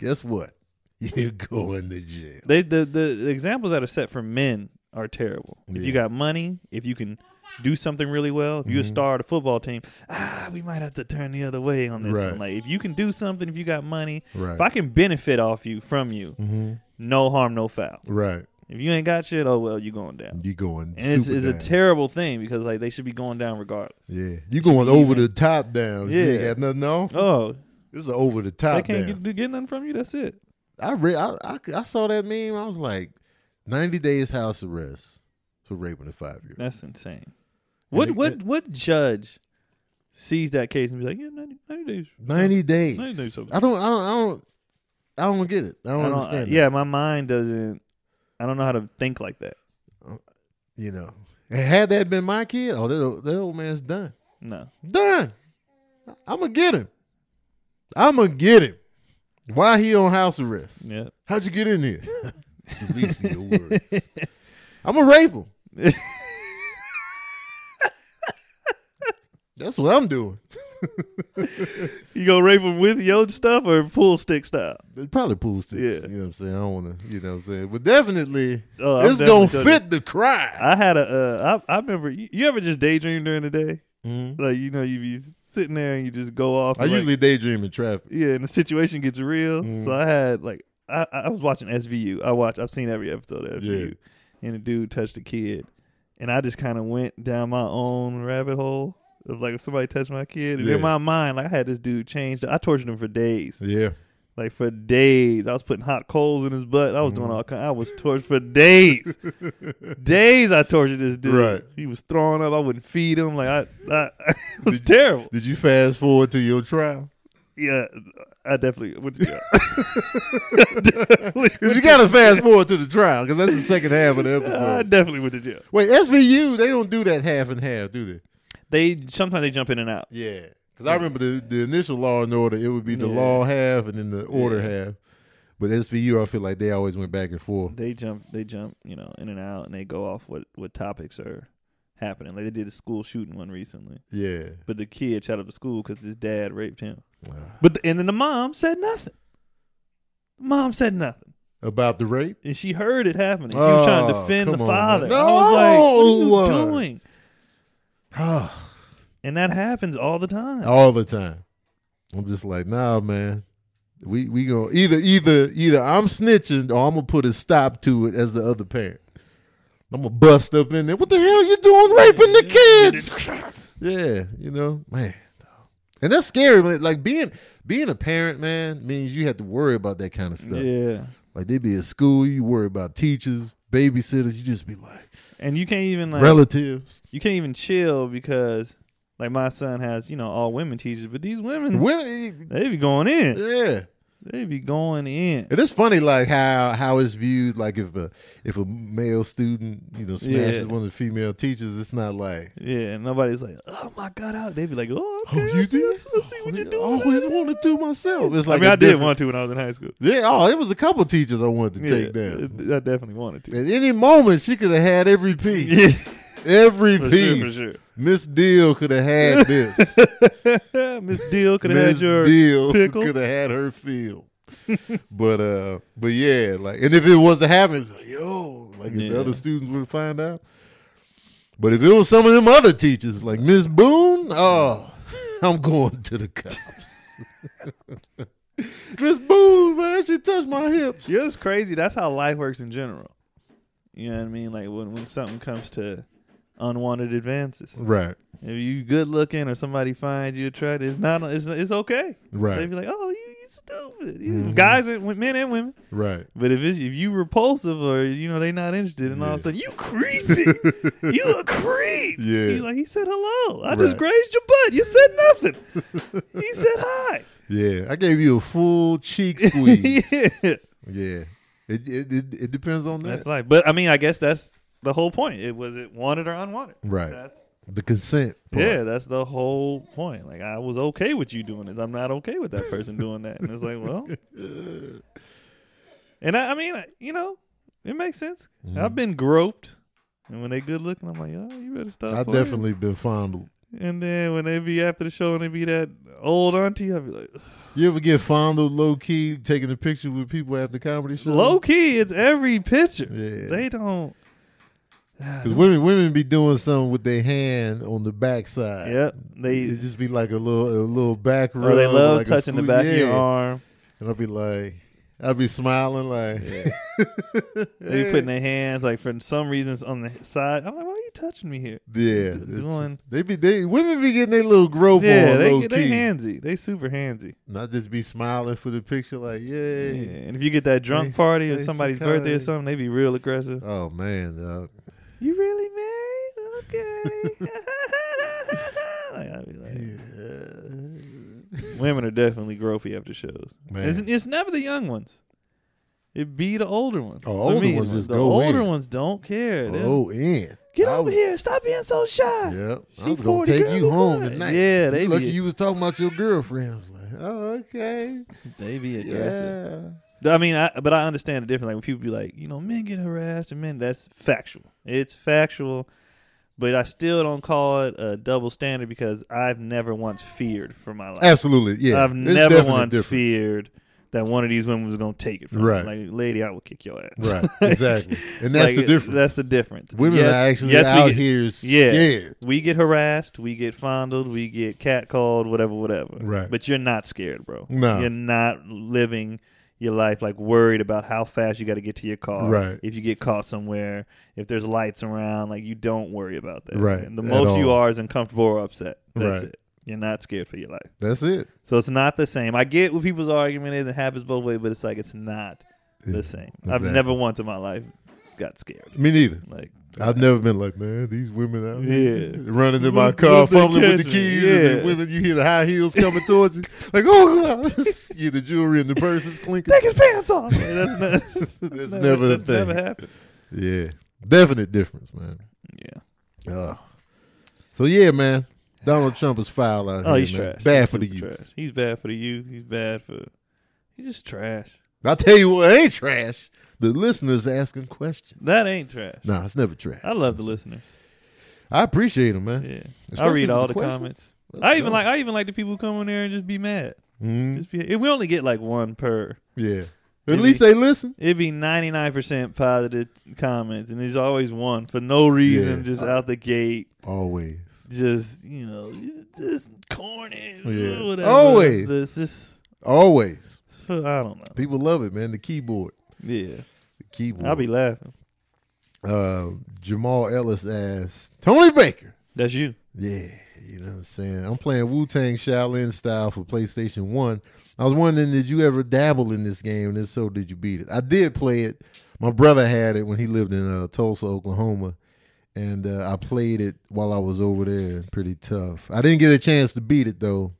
Speaker 1: guess what? (laughs) You're going to jail.
Speaker 2: They the, the the examples that are set for men are terrible. If
Speaker 1: Yeah.
Speaker 2: you got money, if you can do something really well, if you're a
Speaker 1: Mhm.
Speaker 2: star of the football team, ah, we might have to turn the other way on this
Speaker 1: Right.
Speaker 2: one. Like if you can do something, if you got money,
Speaker 1: Right.
Speaker 2: if I can benefit off you from you,
Speaker 1: mm-hmm.
Speaker 2: no harm, no foul.
Speaker 1: Right.
Speaker 2: If you ain't got shit, oh well, you going down.
Speaker 1: You're going
Speaker 2: And it's,
Speaker 1: super
Speaker 2: it's a
Speaker 1: down.
Speaker 2: terrible thing because like they should be going down regardless.
Speaker 1: Yeah. You're going over the top down. You ain't
Speaker 2: Yeah.
Speaker 1: got nothing on.
Speaker 2: Oh,
Speaker 1: This is over the
Speaker 2: they
Speaker 1: top
Speaker 2: can't
Speaker 1: down.
Speaker 2: get, get nothing from you. That's it.
Speaker 1: I, re- I, I I saw that meme. I was like, 90 days house arrest for raping a five year old.
Speaker 2: That's insane. What
Speaker 1: it-
Speaker 2: what
Speaker 1: it-
Speaker 2: what judge sees that case and be like, yeah, 90, 90 days.
Speaker 1: 90 days.
Speaker 2: 90 days of-
Speaker 1: I don't, I don't, I don't, I don't get it. I don't,
Speaker 2: I don't- uh,
Speaker 1: understand.
Speaker 2: yeah, my mind doesn't. I don't know how to think like that.
Speaker 1: that, You know, and had that been my kid, oh, that, that old man's done.
Speaker 2: No,
Speaker 1: Done. I'm gonna get him. I'm gonna get him. Why he on house arrest?
Speaker 2: yeah,
Speaker 1: How'd you get in here? (laughs) Releasing your (laughs) words. I'm gonna rape him. (laughs) That's what I'm doing.
Speaker 2: you gonna rape him with your stuff or pool stick style?
Speaker 1: It probably pool sticks.
Speaker 2: Yeah.
Speaker 1: You know what I'm saying? I don't wanna you know what I'm saying. But definitely
Speaker 2: Oh, I'm
Speaker 1: it's
Speaker 2: definitely
Speaker 1: gonna
Speaker 2: done
Speaker 1: fit the crime.
Speaker 2: I had a. Uh, I I remember. You, you ever just daydream during the day?
Speaker 1: Mhm.
Speaker 2: Like you know, you be sitting there and you just go off.
Speaker 1: I
Speaker 2: and, like-
Speaker 1: usually daydream in traffic.
Speaker 2: yeah, and the situation gets real.
Speaker 1: Mhm.
Speaker 2: So I had like I, I was watching SVU. I watched I've seen every episode of SVU. And the dude touched a kid. And I just kinda went down my own rabbit hole of like if somebody touched my kid. And
Speaker 1: Yeah.
Speaker 2: in my mind, like I had this dude changed. I tortured him for days.
Speaker 1: Yeah.
Speaker 2: Like for days. I was putting hot coals in his butt. I was doing
Speaker 1: Mhm.
Speaker 2: all kind I was tortured for days.
Speaker 1: (laughs)
Speaker 2: days I tortured this dude.
Speaker 1: Right.
Speaker 2: He was throwing up. I wouldn't feed him. Like I, (laughs) I it was terrible.
Speaker 1: Did you fast forward to your trial?
Speaker 2: Yeah. I definitely would yeah.
Speaker 1: Because (laughs) you gotta fast forward to the trial, because that's the second half of (laughs) the episode.
Speaker 2: I definitely went to jail.
Speaker 1: Wait, SVU, they don't do that half and half, do they?
Speaker 2: They sometimes they jump in and out.
Speaker 1: Yeah. Because I remember the, the initial Law and Order, it would be the
Speaker 2: Yeah.
Speaker 1: law half and then the order
Speaker 2: Yeah.
Speaker 1: half. But SVU, I feel like they always went back and forth.
Speaker 2: They jump they jump, you know, in and out and they go off what what topics are happening. Like they did a school shooting one recently.
Speaker 1: Yeah.
Speaker 2: But the kid shot up the school cuz his dad raped him.
Speaker 1: Ah.
Speaker 2: But the, and then the mom said nothing. Mom said nothing.
Speaker 1: About the
Speaker 2: (sighs)
Speaker 1: rape?
Speaker 2: And she heard it happening. She was trying to
Speaker 1: Oh,
Speaker 2: defend the
Speaker 1: come on, man.
Speaker 2: father. I was like, what are
Speaker 1: No!
Speaker 2: you doing? And that happens all the time.
Speaker 1: All the time. I'm just like, nah, man. We we gonna either either either I'm snitching or I'm gonna put a stop to it as the other parent. I'm gonna bust up in there. What the hell you doing raping the
Speaker 2: (laughs)
Speaker 1: kids? Yeah, you know, man. And that's scary, man. Like being being a parent, man, means you have to worry about that kind of stuff.
Speaker 2: yeah.
Speaker 1: Like they be at school, you worry about teachers, babysitters. You just be like
Speaker 2: And you can't even like
Speaker 1: relatives,
Speaker 2: you can't even chill because like my son has you know all women teachers but these women
Speaker 1: women.
Speaker 2: they be going in
Speaker 1: Yeah,
Speaker 2: they be going in
Speaker 1: it is funny, like how how it's viewed. Like if a if a male student, you know, smashes
Speaker 2: Yeah.
Speaker 1: one of the female teachers, it's not like
Speaker 2: yeah and nobody's like oh my god how they be like oh,
Speaker 1: oh,
Speaker 2: okay, I
Speaker 1: you
Speaker 2: see,
Speaker 1: did.
Speaker 2: let's, let's see what
Speaker 1: Oh,
Speaker 2: you
Speaker 1: yeah,
Speaker 2: do
Speaker 1: I always wanted to myself. It's like
Speaker 2: i mean
Speaker 1: a
Speaker 2: i did
Speaker 1: different-
Speaker 2: want to when i was in high school
Speaker 1: Yeah, oh, it was a couple teachers I wanted to
Speaker 2: yeah,
Speaker 1: take down.
Speaker 2: i definitely wanted (laughs) to
Speaker 1: At any moment, she could have had every piece.
Speaker 2: yeah
Speaker 1: (laughs) Every
Speaker 2: for
Speaker 1: piece.
Speaker 2: sure for sure
Speaker 1: Miss Deal could have
Speaker 2: (laughs)
Speaker 1: had this.
Speaker 2: miss deal could have
Speaker 1: Miss
Speaker 2: had your
Speaker 1: Deal
Speaker 2: pickle.
Speaker 1: could have had her field. (laughs) but uh, but yeah, like, and if it was to happen, like, yo, like if
Speaker 2: Yeah.
Speaker 1: the other students would find out. But if it was some of them other teachers, like Miss Boone, oh, (laughs) I'm going to the cops. (laughs) Miss Boone, man, she touched my hips.
Speaker 2: Yeah, it's crazy. That's how life works in general. You know what I mean? Like when when something comes to unwanted advances.
Speaker 1: Right.
Speaker 2: If you good looking or somebody finds you attractive, it's not it's, it's okay. They'd
Speaker 1: Right.
Speaker 2: be like, "Oh, you, you stupid." You,
Speaker 1: Mhm.
Speaker 2: Guys and men and women.
Speaker 1: Right.
Speaker 2: But if it's, if you repulsive or you know they not interested, and all of a
Speaker 1: Yeah.
Speaker 2: sudden you
Speaker 1: (laughs)
Speaker 2: creepy, you a creep.
Speaker 1: Yeah.
Speaker 2: He's like he said hello. I
Speaker 1: Right.
Speaker 2: just grazed your butt. You said nothing.
Speaker 1: (laughs)
Speaker 2: he said hi.
Speaker 1: Yeah. I gave you a full cheek squeeze.
Speaker 2: (laughs) yeah.
Speaker 1: yeah. It, it it it depends on that.
Speaker 2: That's like, but I mean, I guess that's the whole point. It was it wanted or unwanted.
Speaker 1: Right.
Speaker 2: That's
Speaker 1: the consent. part.
Speaker 2: yeah. That's the whole point. Like I was okay with you doing this. I'm not okay with that person doing that. And it's like, well,
Speaker 1: Uh,
Speaker 2: and I, I mean, I- you know, it makes sense.
Speaker 1: Mm-hmm.
Speaker 2: I've been groped, and when they good looking, I'm like, oh, you better stop.
Speaker 1: I've
Speaker 2: playing.
Speaker 1: definitely been fondled.
Speaker 2: And then when they be after the show and they be that old auntie, I'd be like,
Speaker 1: You ever get fondled low key taking a picture with people after comedy shows?
Speaker 2: low key, it's every picture.
Speaker 1: Yeah.
Speaker 2: They don't.
Speaker 1: Because women women be doing something with their hand on the backside.
Speaker 2: Yep.
Speaker 1: Uh, It
Speaker 2: They
Speaker 1: just be like a little a little back rub.
Speaker 2: or they love
Speaker 1: like a
Speaker 2: touching the
Speaker 1: squeeze.
Speaker 2: back of your
Speaker 1: Yeah.
Speaker 2: arm.
Speaker 1: And I'll be like, I'll be smiling like, (laughs)
Speaker 2: They be putting their hands like for some reasons on the side. I'm like, why are you touching me here?
Speaker 1: yeah,
Speaker 2: d-
Speaker 1: it's
Speaker 2: doing-
Speaker 1: just- they be they women be getting their little grope
Speaker 2: yeah,
Speaker 1: on
Speaker 2: they
Speaker 1: low
Speaker 2: get- they
Speaker 1: key.
Speaker 2: handsy. They super handsy.
Speaker 1: Not just be smiling for the picture like,
Speaker 2: Yeah.
Speaker 1: yay.
Speaker 2: And if you get that drunk
Speaker 1: They-
Speaker 2: party or
Speaker 1: they
Speaker 2: somebody's
Speaker 1: some kind.
Speaker 2: birthday or something, they be real aggressive.
Speaker 1: Oh man, dog.
Speaker 2: You really married?
Speaker 1: (laughs)
Speaker 2: Okay. (laughs) like, I'd be like, women are definitely gropey after shows.
Speaker 1: Man.
Speaker 2: It's, it's never the young ones. It be the older ones.
Speaker 1: Oh,
Speaker 2: For
Speaker 1: older
Speaker 2: me,
Speaker 1: ones just
Speaker 2: the
Speaker 1: go
Speaker 2: older
Speaker 1: in.
Speaker 2: ones don't care. They'll-
Speaker 1: Oh, in.
Speaker 2: Get
Speaker 1: I
Speaker 2: over
Speaker 1: was-
Speaker 2: here! Stop being so shy.
Speaker 1: Yep.
Speaker 2: She
Speaker 1: I was gonna
Speaker 2: 40,
Speaker 1: take
Speaker 2: girl,
Speaker 1: you
Speaker 2: look
Speaker 1: home
Speaker 2: good.
Speaker 1: tonight.
Speaker 2: Yeah,
Speaker 1: You
Speaker 2: they
Speaker 1: lucky
Speaker 2: be-
Speaker 1: you was talking about your girlfriends. Like, oh, okay.
Speaker 2: They be aggressive.
Speaker 1: Yeah.
Speaker 2: I mean, I, but I understand the difference. Like when people be like, you know, men get harassed and men, that's factual. It's factual, but I still don't call it a double standard because I've never once feared for my life.
Speaker 1: Absolutely. Yeah.
Speaker 2: I've
Speaker 1: It's
Speaker 2: never
Speaker 1: definitely
Speaker 2: once
Speaker 1: different.
Speaker 2: feared that one of these women was gonna take it from
Speaker 1: Right.
Speaker 2: me. Like, lady, I will kick your ass. (laughs)
Speaker 1: Right. Exactly. And that's
Speaker 2: Like,
Speaker 1: the difference.
Speaker 2: That's the difference.
Speaker 1: Women
Speaker 2: Yes-
Speaker 1: are actually
Speaker 2: yes, we
Speaker 1: out
Speaker 2: get-
Speaker 1: here
Speaker 2: Yeah.
Speaker 1: scared.
Speaker 2: We get harassed, we get fondled, we get catcalled, whatever, whatever.
Speaker 1: Right.
Speaker 2: But you're not scared, bro.
Speaker 1: No.
Speaker 2: You're not living your life like worried about how fast you got to get to your car.
Speaker 1: Right.
Speaker 2: If you get caught somewhere, if there's lights around, like you don't worry about that.
Speaker 1: Right.
Speaker 2: And the
Speaker 1: At
Speaker 2: most you
Speaker 1: all.
Speaker 2: are is uncomfortable or upset. That's
Speaker 1: Right.
Speaker 2: it. You're not scared for your life.
Speaker 1: That's it.
Speaker 2: So it's not the same. I get what people's argument is. It happens both ways, but it's like it's not the same. I've
Speaker 1: Exactly.
Speaker 2: never once in my life got scared.
Speaker 1: Me neither.
Speaker 2: Like
Speaker 1: I've never been like, man, these women out here
Speaker 2: Yeah.
Speaker 1: running in my
Speaker 2: What-
Speaker 1: car,
Speaker 2: what they
Speaker 1: fumbling with the
Speaker 2: catching?
Speaker 1: keys, and
Speaker 2: Yeah.
Speaker 1: the women, you hear the high heels coming towards you. Like, oh, (laughs) you the jewelry and the purse is clinking.
Speaker 2: take his pants off. Like, (laughs) that's not.
Speaker 1: (laughs) That's never the
Speaker 2: that's
Speaker 1: thing.
Speaker 2: never happened.
Speaker 1: yeah. Definite difference, man.
Speaker 2: Yeah.
Speaker 1: Ugh. So, yeah, man. Donald Trump is foul out
Speaker 2: Oh,
Speaker 1: here.
Speaker 2: he's
Speaker 1: man.
Speaker 2: trash.
Speaker 1: Bad
Speaker 2: He's
Speaker 1: for the
Speaker 2: super
Speaker 1: youth.
Speaker 2: Trash. He's bad for the youth. He's bad for. He's just trash.
Speaker 1: I'll tell you what ain't trash. The listeners asking questions.
Speaker 2: That ain't trash.
Speaker 1: Nah, it's never trash.
Speaker 2: I love the listeners.
Speaker 1: I appreciate them, man.
Speaker 2: Yeah. I
Speaker 1: Especially
Speaker 2: read
Speaker 1: with
Speaker 2: all
Speaker 1: the
Speaker 2: the,
Speaker 1: questions.
Speaker 2: comments.
Speaker 1: Let's
Speaker 2: I even
Speaker 1: go.
Speaker 2: like. I even like the people who come in there and just be mad.
Speaker 1: Mhm.
Speaker 2: Just be. If we only get like one per.
Speaker 1: Yeah. At
Speaker 2: Maybe-
Speaker 1: least they listen.
Speaker 2: It'd be ninety nine percent positive comments, and there's always one for no reason,
Speaker 1: Yeah.
Speaker 2: just out the gate,
Speaker 1: Always.
Speaker 2: just you know, just corny,
Speaker 1: Yeah.
Speaker 2: whatever.
Speaker 1: Always.
Speaker 2: It's just.
Speaker 1: Always.
Speaker 2: I don't know.
Speaker 1: People love it, man. The keyboard.
Speaker 2: Yeah,
Speaker 1: The keyboard.
Speaker 2: I'll be laughing.
Speaker 1: uh, Jamal Ellis asked, Tony Baker.
Speaker 2: That's you.
Speaker 1: Yeah, you know what I'm saying? I'm playing Wu Tang Shaolin style for PlayStation 1. I was wondering, did you ever dabble in this game? And if so, did you beat it? I did play it. My brother had it when he lived in uh, Tulsa, Oklahoma. And uh, I played it while I was over there. Pretty tough. I didn't get a chance to beat it, though.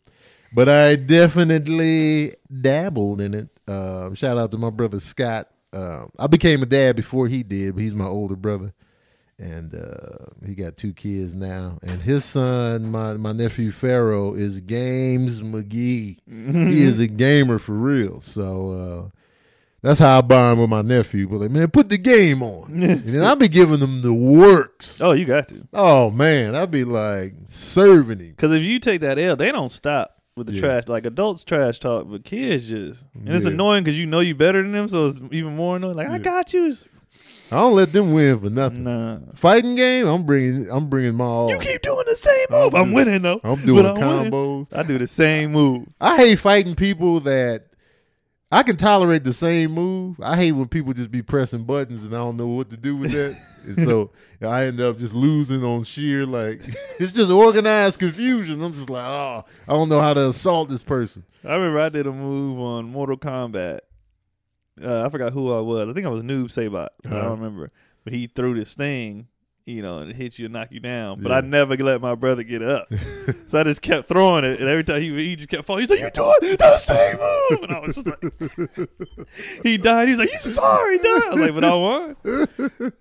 Speaker 1: But I definitely dabbled in it. Uh, shout out to my brother Scott. Uh, I became a dad before he did, but he's my older brother and uh, he got two kids now. And his son, my my nephew Pharaoh, is Games McGee. He is a gamer for real. So uh, that's how I bond with my nephew. But like, man, put the game on, and then I'll be giving them the works.
Speaker 2: Oh, you got to.
Speaker 1: Oh man, I'll be like serving him.
Speaker 2: Because if you take that L, they don't stop with the
Speaker 1: Yeah.
Speaker 2: trash. Like adults trash talk, but kids just and it's
Speaker 1: Yeah.
Speaker 2: annoying because you know you better than them, so it's even more annoying. Like I
Speaker 1: Yeah.
Speaker 2: got you.
Speaker 1: I don't let them win for nothing.
Speaker 2: Nah,
Speaker 1: Fighting game, I'm bringing I'm bringing my all.
Speaker 2: you keep doing the same
Speaker 1: Oh. I'm
Speaker 2: move. I'm
Speaker 1: doing-
Speaker 2: winning though.
Speaker 1: I'm
Speaker 2: But
Speaker 1: doing
Speaker 2: winning.
Speaker 1: combos.
Speaker 2: I do the same move.
Speaker 1: I hate fighting people that I can tolerate the same move. I hate when people just be pressing buttons and I don't know what to do with
Speaker 2: (laughs)
Speaker 1: that. and so I end up just losing on sheer like (laughs) it's just organized confusion. I'm just like, oh, I don't know how to assault this person. (laughs)
Speaker 2: I remember I did a move on Mortal Kombat. Uh, I forgot who I was. I think I was Noob Sabot. but I
Speaker 1: Uh-huh.
Speaker 2: don't remember. But he threw this thing, you know, and it hit you and knock you down. But
Speaker 1: Yeah.
Speaker 2: I never let my brother get
Speaker 1: (laughs)
Speaker 2: up. so I just kept throwing it. And every time he, he just kept falling, he's like, You're doing the same move. And I was just like, He died. He's like, He's sorry, dad. I was like, But I won.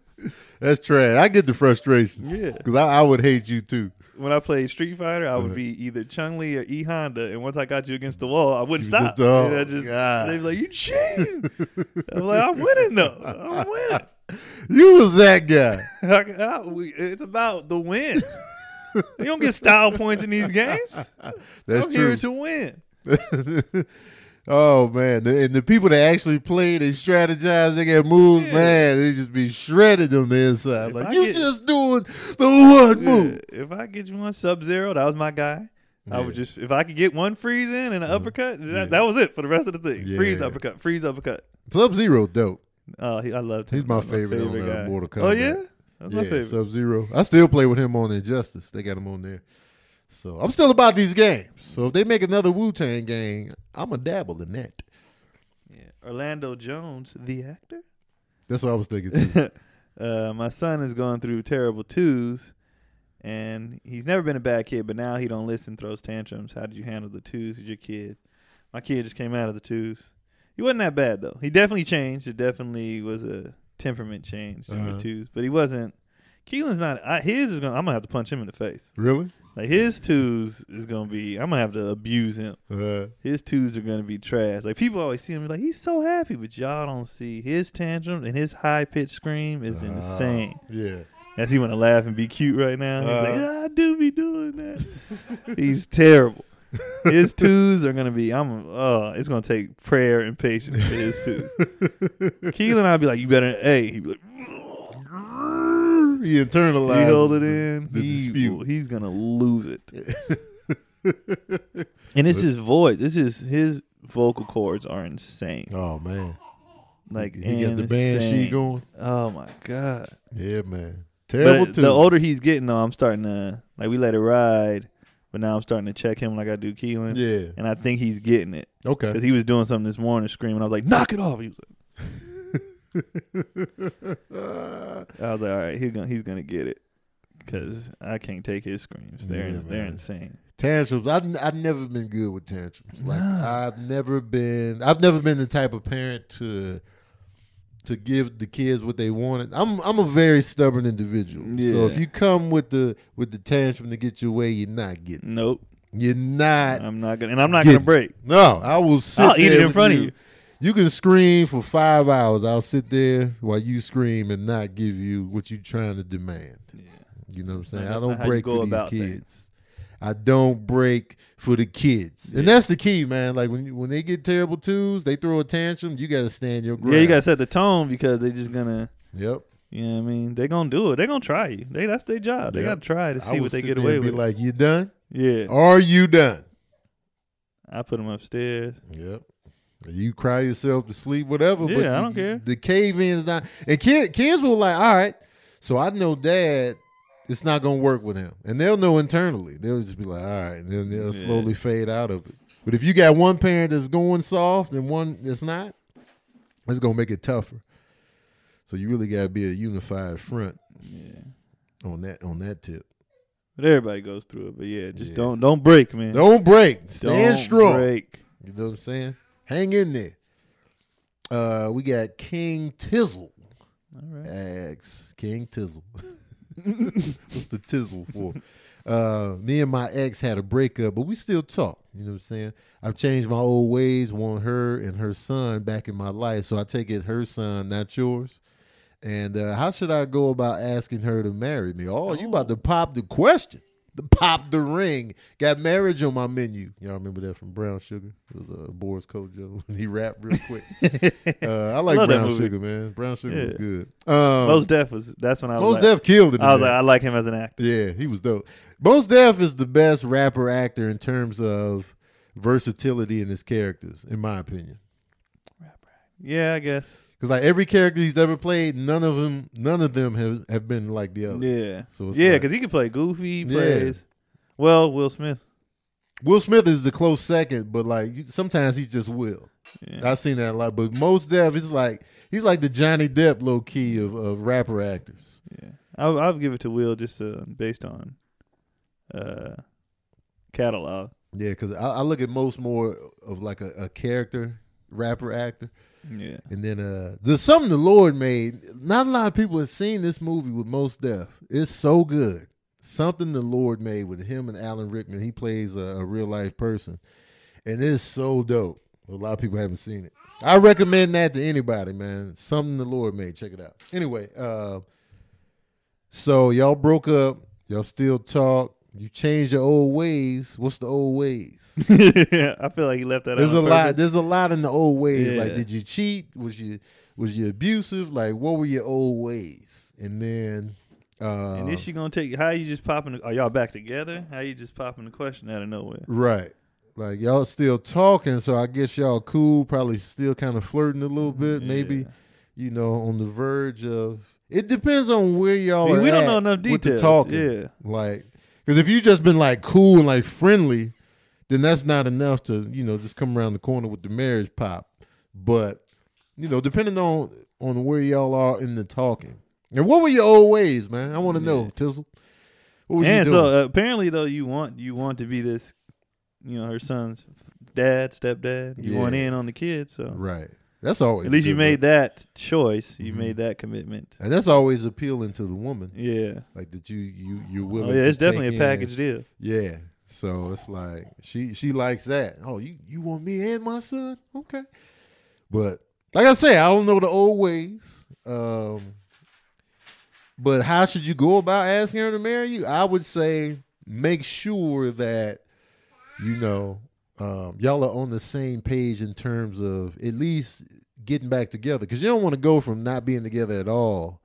Speaker 1: That's trash. I get the frustration
Speaker 2: Yeah.
Speaker 1: because I, I would hate you too. (laughs)
Speaker 2: When I played Street Fighter, I would
Speaker 1: Uh-huh.
Speaker 2: be either Chung Li or E Honda. And once I got you against the wall, I wouldn't
Speaker 1: You
Speaker 2: stop.
Speaker 1: just- oh,
Speaker 2: and I just,
Speaker 1: God.
Speaker 2: they'd be like, You cheating. I'm like, I'm winning, though. I'm winning.
Speaker 1: You was that guy.
Speaker 2: (laughs) I- I- we- it's about the win. you don't get style points in these (laughs) games.
Speaker 1: That's
Speaker 2: I'm
Speaker 1: true.
Speaker 2: here to win.
Speaker 1: (laughs) oh man, The- and the people that actually play, they strategize, they get moves.
Speaker 2: Yeah.
Speaker 1: Man, they just be shredded on the inside.
Speaker 2: If
Speaker 1: like
Speaker 2: I
Speaker 1: you
Speaker 2: get-
Speaker 1: just doing the one
Speaker 2: Yeah,
Speaker 1: move.
Speaker 2: if I get you one sub zero, that was my guy. I would
Speaker 1: Yeah.
Speaker 2: just if I could get one freeze in and an uppercut, that, that was it for the rest of the thing. Freeze
Speaker 1: Yeah.
Speaker 2: uppercut, freeze uppercut.
Speaker 1: Sub Zero, dope.
Speaker 2: Oh, he, I loved him.
Speaker 1: He's my
Speaker 2: That was
Speaker 1: favorite on, uh, Mortal
Speaker 2: Oh
Speaker 1: Kombat.
Speaker 2: yeah, that's my
Speaker 1: yeah,
Speaker 2: favorite.
Speaker 1: Sub Zero. I still play with him on Injustice. They got him on there. So I'm still about these games. So if they make another Wu Tang game, I'm a dabble in that.
Speaker 2: yeah. Orlando Jones, the actor.
Speaker 1: That's what I was thinking.
Speaker 2: (laughs)
Speaker 1: Too.
Speaker 2: uh, my son has gone through terrible twos, and he's never been a bad kid, but now he don't listen, throws tantrums. How did you handle the twos with your kid? My kid just came out of the twos. He wasn't that bad though. He definitely changed. It definitely was a temperament change during
Speaker 1: Uh-huh.
Speaker 2: the twos, but he wasn't. Keelan's not. I, his is gonna. I'm gonna have to punch him in the face.
Speaker 1: really?
Speaker 2: Like his twos is gonna be. I'm gonna have to abuse him.
Speaker 1: Uh,
Speaker 2: His twos are gonna be trash. Like people always see him like he's so happy, but y'all don't see his tantrum and his high pitched scream is
Speaker 1: Ah.
Speaker 2: insane.
Speaker 1: yeah. (laughs)
Speaker 2: As he wanna laugh and be cute right now. He's like,
Speaker 1: Uh.
Speaker 2: "Yeah, I do be doing that. (laughs) he's terrible.
Speaker 1: (laughs)
Speaker 2: His twos are gonna be I'm uh it's gonna take prayer and patience for his twos. Keelan I'd be like, You better hey he'd be like
Speaker 1: He internalized.
Speaker 2: he hold it in.
Speaker 1: the
Speaker 2: he,
Speaker 1: dispute.
Speaker 2: He's gonna lose it.
Speaker 1: (laughs)
Speaker 2: and it's his voice. This is his vocal cords are insane.
Speaker 1: Oh man,
Speaker 2: Like
Speaker 1: he got the
Speaker 2: insane.
Speaker 1: banshee going.
Speaker 2: Oh my god!
Speaker 1: Yeah, man.
Speaker 2: But
Speaker 1: Terrible too.
Speaker 2: the older he's getting, though, I'm starting to like we let it ride, but now I'm starting to check him like I do Keelan,
Speaker 1: yeah.
Speaker 2: and I think he's getting it
Speaker 1: Okay. (laughs)
Speaker 2: because he was doing something this morning, screaming. I was like, "Knock it off!" He was like, I was like, "All right, he's gonna he's gonna get it." Because I can't take his screams. They're
Speaker 1: Yeah,
Speaker 2: they're
Speaker 1: man.
Speaker 2: insane.
Speaker 1: tantrums. I've, n- I've never been good with tantrums. Like
Speaker 2: Nah.
Speaker 1: I've never been. I've never been the type of parent to to give the kids what they wanted. I'm I'm a very stubborn individual. So
Speaker 2: Yeah.
Speaker 1: if you come with the with the tantrum to get your way, you're not getting.
Speaker 2: Nope,
Speaker 1: You're not.
Speaker 2: I'm not gonna, and I'm not
Speaker 1: Get
Speaker 2: gonna break.
Speaker 1: No, I will sit.
Speaker 2: I'll eat
Speaker 1: there
Speaker 2: it in
Speaker 1: with
Speaker 2: front of you.
Speaker 1: You can scream for five hours. I'll sit there while you scream and not give you what you're trying to demand.
Speaker 2: Yeah.
Speaker 1: You know what I'm
Speaker 2: No,
Speaker 1: saying? I
Speaker 2: that's not
Speaker 1: don't
Speaker 2: how you
Speaker 1: break
Speaker 2: go
Speaker 1: for these
Speaker 2: about
Speaker 1: kids.
Speaker 2: things.
Speaker 1: I don't break for the kids, and
Speaker 2: Yeah.
Speaker 1: that's the key, man. Like when when they get terrible twos, they throw a tantrum. You got to stand your ground.
Speaker 2: Yeah, you gotta set the tone because they're just gonna.
Speaker 1: Yep.
Speaker 2: You know what I mean? They're gonna do it. They're gonna try you. They that's their job. They
Speaker 1: Yeah.
Speaker 2: gotta try to
Speaker 1: I
Speaker 2: see
Speaker 1: will
Speaker 2: what they
Speaker 1: sit
Speaker 2: get
Speaker 1: there
Speaker 2: away
Speaker 1: and
Speaker 2: with.
Speaker 1: Be like, oh. you done?
Speaker 2: yeah.
Speaker 1: Are you done?
Speaker 2: I put them upstairs.
Speaker 1: Yep. You cry yourself to sleep, whatever. but
Speaker 2: Yeah, I don't
Speaker 1: you-
Speaker 2: care.
Speaker 1: The cave in is not, and kid, kids will like, all right. So I know dad, it's not gonna work with him, and they'll know internally. They'll just be like, all right, and then they'll
Speaker 2: Yeah.
Speaker 1: slowly fade out of it. But if you got one parent that's going soft and one that's not, it's gonna make it tougher. So you really gotta be a unified front
Speaker 2: Yeah.
Speaker 1: on that on that tip.
Speaker 2: But everybody goes through it. But yeah, just
Speaker 1: Yeah.
Speaker 2: don't don't break, man.
Speaker 1: Don't break, stand
Speaker 2: Don't
Speaker 1: strong.
Speaker 2: break.
Speaker 1: You know what I'm saying? Hang in there. Uh, we got King Tizzle.
Speaker 2: All right.
Speaker 1: Ex King Tizzle. (laughs) What's the Tizzle for? Uh, me and my ex had a breakup, but we still talk. You know what I'm saying? I've changed my old ways, want her and her son back in my life, so I take it her son, not yours. And uh, how should I go about asking her to marry me? Oh, you about to pop the question? The pop the ring. Got marriage on my menu. Y'all remember that from Brown Sugar? It was uh, Boris Kojo. (laughs) he rapped real
Speaker 2: (laughs)
Speaker 1: quick. uh, I like
Speaker 2: Love that
Speaker 1: Brown
Speaker 2: movie.
Speaker 1: Sugar, man. Brown Sugar was
Speaker 2: Yeah.
Speaker 1: good. Um,
Speaker 2: Most Def was that's when I was
Speaker 1: Most
Speaker 2: like,
Speaker 1: Def killed it. in
Speaker 2: I was
Speaker 1: that.
Speaker 2: like, I like him as an actor.
Speaker 1: yeah, he was dope. Most Def is the best rapper actor in terms of versatility in his characters, in my opinion.
Speaker 2: Yeah, I guess.
Speaker 1: Because like every character he's ever played, none of them, none of them have, have been like the other.
Speaker 2: Yeah.
Speaker 1: So it's
Speaker 2: yeah,
Speaker 1: like-
Speaker 2: because he can play Goofy. He
Speaker 1: Yeah.
Speaker 2: plays. Well, Will Smith.
Speaker 1: Will Smith is the close second, but like you- sometimes he just will.
Speaker 2: Yeah.
Speaker 1: I've seen that a lot. But most Dev, is like he's like the Johnny Depp low key of, of rapper actors.
Speaker 2: yeah. I'll, I'll give it to Will just uh, based on uh, catalog.
Speaker 1: Yeah, because I, I look at most more of like a, a character rapper actor, (laughs)
Speaker 2: Yeah. (laughs)
Speaker 1: and then uh, there's something the Lord made. Not a lot of people have seen this movie with most Dev. It's so good. Something the Lord made with him and Alan Rickman. He plays a, a real life person, and it's so dope. A lot of people haven't seen it. I recommend that to anybody, man. Something the Lord made. Check it out. Anyway, uh, so y'all broke up. Y'all still talk. You changed your old ways. What's the old ways?
Speaker 2: I feel like he left that
Speaker 1: There's a
Speaker 2: out. on
Speaker 1: lot.
Speaker 2: purpose.
Speaker 1: There's a lot in the old ways. Like,
Speaker 2: Yeah.
Speaker 1: did you cheat? Was you was you abusive? Like, what were your old ways? And then, uh,
Speaker 2: and is she gonna take? How you just popping? the- Are y'all back together? How you just popping the question out of nowhere?
Speaker 1: right? Like, y'all still talking, so I guess y'all cool. Probably still kind of flirting a little bit. Maybe
Speaker 2: Mm-hmm. Yeah.
Speaker 1: you know, on the verge of. It depends on where y'all.
Speaker 2: I mean,
Speaker 1: are
Speaker 2: we don't
Speaker 1: at
Speaker 2: know enough
Speaker 1: with
Speaker 2: details.
Speaker 1: the talking.
Speaker 2: Yeah.
Speaker 1: Like, because if you just been like cool and like friendly, then that's not enough to you know just come around the corner with the marriage pop. But you know, depending on on where y'all are in the talking, and what were your old ways, man? I want to know,
Speaker 2: Yeah.
Speaker 1: Tizzle. What was
Speaker 2: and
Speaker 1: you doing?
Speaker 2: so uh, apparently though you want you want to be this, you know, her son's dad, stepdad. You want
Speaker 1: Yeah.
Speaker 2: in on the kid, so
Speaker 1: right, that's always
Speaker 2: at least
Speaker 1: a
Speaker 2: you
Speaker 1: good
Speaker 2: made
Speaker 1: look.
Speaker 2: that choice. You
Speaker 1: Mhm.
Speaker 2: made that commitment.
Speaker 1: and that's always appealing to the woman,
Speaker 2: Yeah.
Speaker 1: like that you you you
Speaker 2: Oh
Speaker 1: willing.
Speaker 2: yeah,
Speaker 1: to
Speaker 2: it's
Speaker 1: take
Speaker 2: definitely a
Speaker 1: in-
Speaker 2: package deal.
Speaker 1: Yeah. So it's like she she likes that. Oh, you you want me and my son? Okay. But like I say, I don't know the old ways. Um but how should you go about asking her to marry you? I would say make sure that you know um, y'all are on the same page in terms of at least getting back together because you don't want to go from not being together at all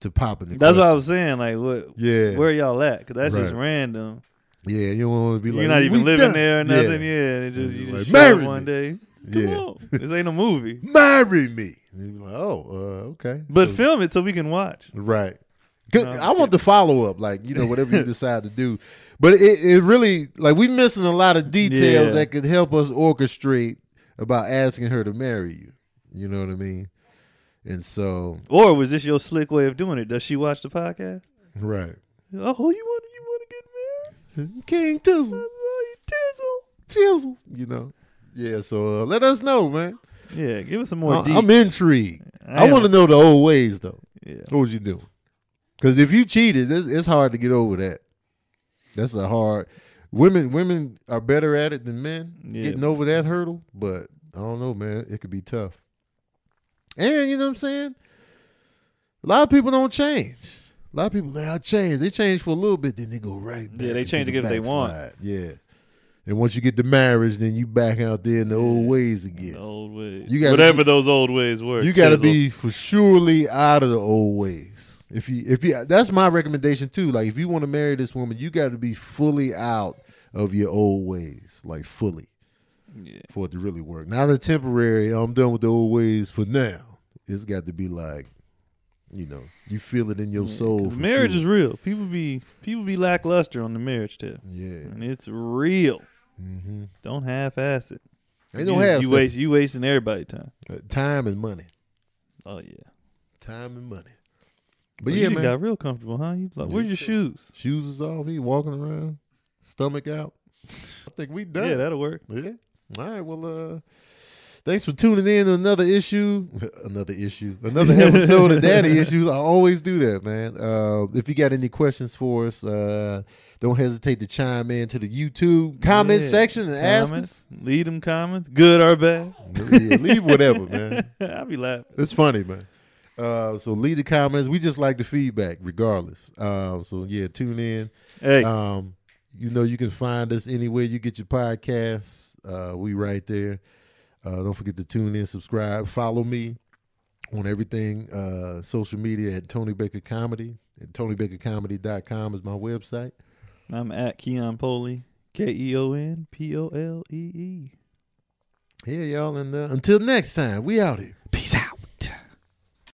Speaker 1: to popping. The
Speaker 2: That's what I
Speaker 1: question.
Speaker 2: was saying. Like, what?
Speaker 1: Yeah,
Speaker 2: Where y'all at? Because that's just
Speaker 1: Right.
Speaker 2: random.
Speaker 1: yeah. You don't want to be like
Speaker 2: You're not even
Speaker 1: "We
Speaker 2: living
Speaker 1: done."
Speaker 2: there or
Speaker 1: Yeah.
Speaker 2: nothing. Yeah, and it just you
Speaker 1: Like,
Speaker 2: just show
Speaker 1: marry
Speaker 2: up one
Speaker 1: me. (laughs)
Speaker 2: day. Come
Speaker 1: Yeah.
Speaker 2: on, this ain't a movie.
Speaker 1: (laughs) marry me. And he'd be like, oh, uh, okay.
Speaker 2: But
Speaker 1: So-
Speaker 2: film it so we can watch.
Speaker 1: right. Good.
Speaker 2: No, I'm
Speaker 1: I want the follow up, like you know, whatever
Speaker 2: (laughs)
Speaker 1: you decide to do. But it, it really like we missing a lot of details
Speaker 2: Yeah.
Speaker 1: that could help us orchestrate about asking her to marry you. You know what I mean? And so,
Speaker 2: Or was this your slick way of doing it? Does she watch the podcast?
Speaker 1: right,
Speaker 2: Oh, who you want? You want to get married?
Speaker 1: King Tizzle,
Speaker 2: Oh, you
Speaker 1: Tizzle. You know, yeah. So uh, let us know, man.
Speaker 2: tizzle. Yeah, give us some more.
Speaker 1: I,
Speaker 2: deets.
Speaker 1: I'm intrigued. I,
Speaker 2: am-
Speaker 1: want to know the old ways, though.
Speaker 2: Yeah.
Speaker 1: What was you doing? Because if you cheated, it's, it's hard to get over that. That's a hard. Women women are better at it than men
Speaker 2: Yeah.
Speaker 1: getting over that hurdle, but I don't know, man. It could be tough. And you know what I'm saying? A lot of people don't change. A lot of people they change. They change for a little bit, then they go right back.
Speaker 2: Yeah, they
Speaker 1: into
Speaker 2: change
Speaker 1: the
Speaker 2: again if they want.
Speaker 1: backslide. Yeah. And once you get the marriage, then you back out there in the old
Speaker 2: Yeah.
Speaker 1: ways again.
Speaker 2: The old ways.
Speaker 1: You gotta
Speaker 2: Whatever those old ways were.
Speaker 1: You got to
Speaker 2: tizzle.
Speaker 1: be for surely out of the old ways. If you if you that's my recommendation too. Like if you want to marry this woman, you got to be fully out of your old ways, like fully
Speaker 2: Yeah.
Speaker 1: for it to really work. Not a temporary. I'm done with the old ways for now. It's got to be like, you know, you feel it in your
Speaker 2: Yeah,
Speaker 1: soul.
Speaker 2: 'cause
Speaker 1: for
Speaker 2: Marriage
Speaker 1: sure.
Speaker 2: is real. People be people be lackluster on the marriage tip,
Speaker 1: yeah.
Speaker 2: and it's real.
Speaker 1: Mm-hmm.
Speaker 2: Don't half-ass it.
Speaker 1: They don't
Speaker 2: you,
Speaker 1: have
Speaker 2: you
Speaker 1: stuff.
Speaker 2: waste you wasting everybody time.
Speaker 1: Uh, time and money.
Speaker 2: Oh yeah.
Speaker 1: Time and money. But
Speaker 2: Well,
Speaker 1: yeah,
Speaker 2: you done
Speaker 1: man.
Speaker 2: got real comfortable, huh? You like,
Speaker 1: Yeah.
Speaker 2: where's your shoes?
Speaker 1: Shoes is off. He walking around, stomach out. (laughs) I think we done.
Speaker 2: Yeah, that'll work.
Speaker 1: Yeah. All right. Well, uh, thanks for tuning in to another issue, (laughs) another issue, another episode of
Speaker 2: (laughs)
Speaker 1: Daddy Issues. I always do that, man. Uh, if you got any questions for us, uh, don't hesitate to chime in to the YouTube comment
Speaker 2: Yeah.
Speaker 1: section and ask us.
Speaker 2: Comments. Leave them comments, good or bad. (laughs)
Speaker 1: Yeah, leave whatever, man.
Speaker 2: I'll be laughing.
Speaker 1: It's funny, man. Uh, so leave the comments. We just like the feedback, regardless. Uh, so yeah, tune in.
Speaker 2: Hey,
Speaker 1: Um, you know, you can find us anywhere you get your podcasts. Uh, we right there. Uh, don't forget to tune in, subscribe, follow me on everything uh, social media at Tony Baker Comedy. And TonyBakerComedy.com is my website.
Speaker 2: I'm at Keon Poli. K E O N P O L E E.
Speaker 1: Here, y'all, and uh, until next time, we out here.
Speaker 2: Peace out.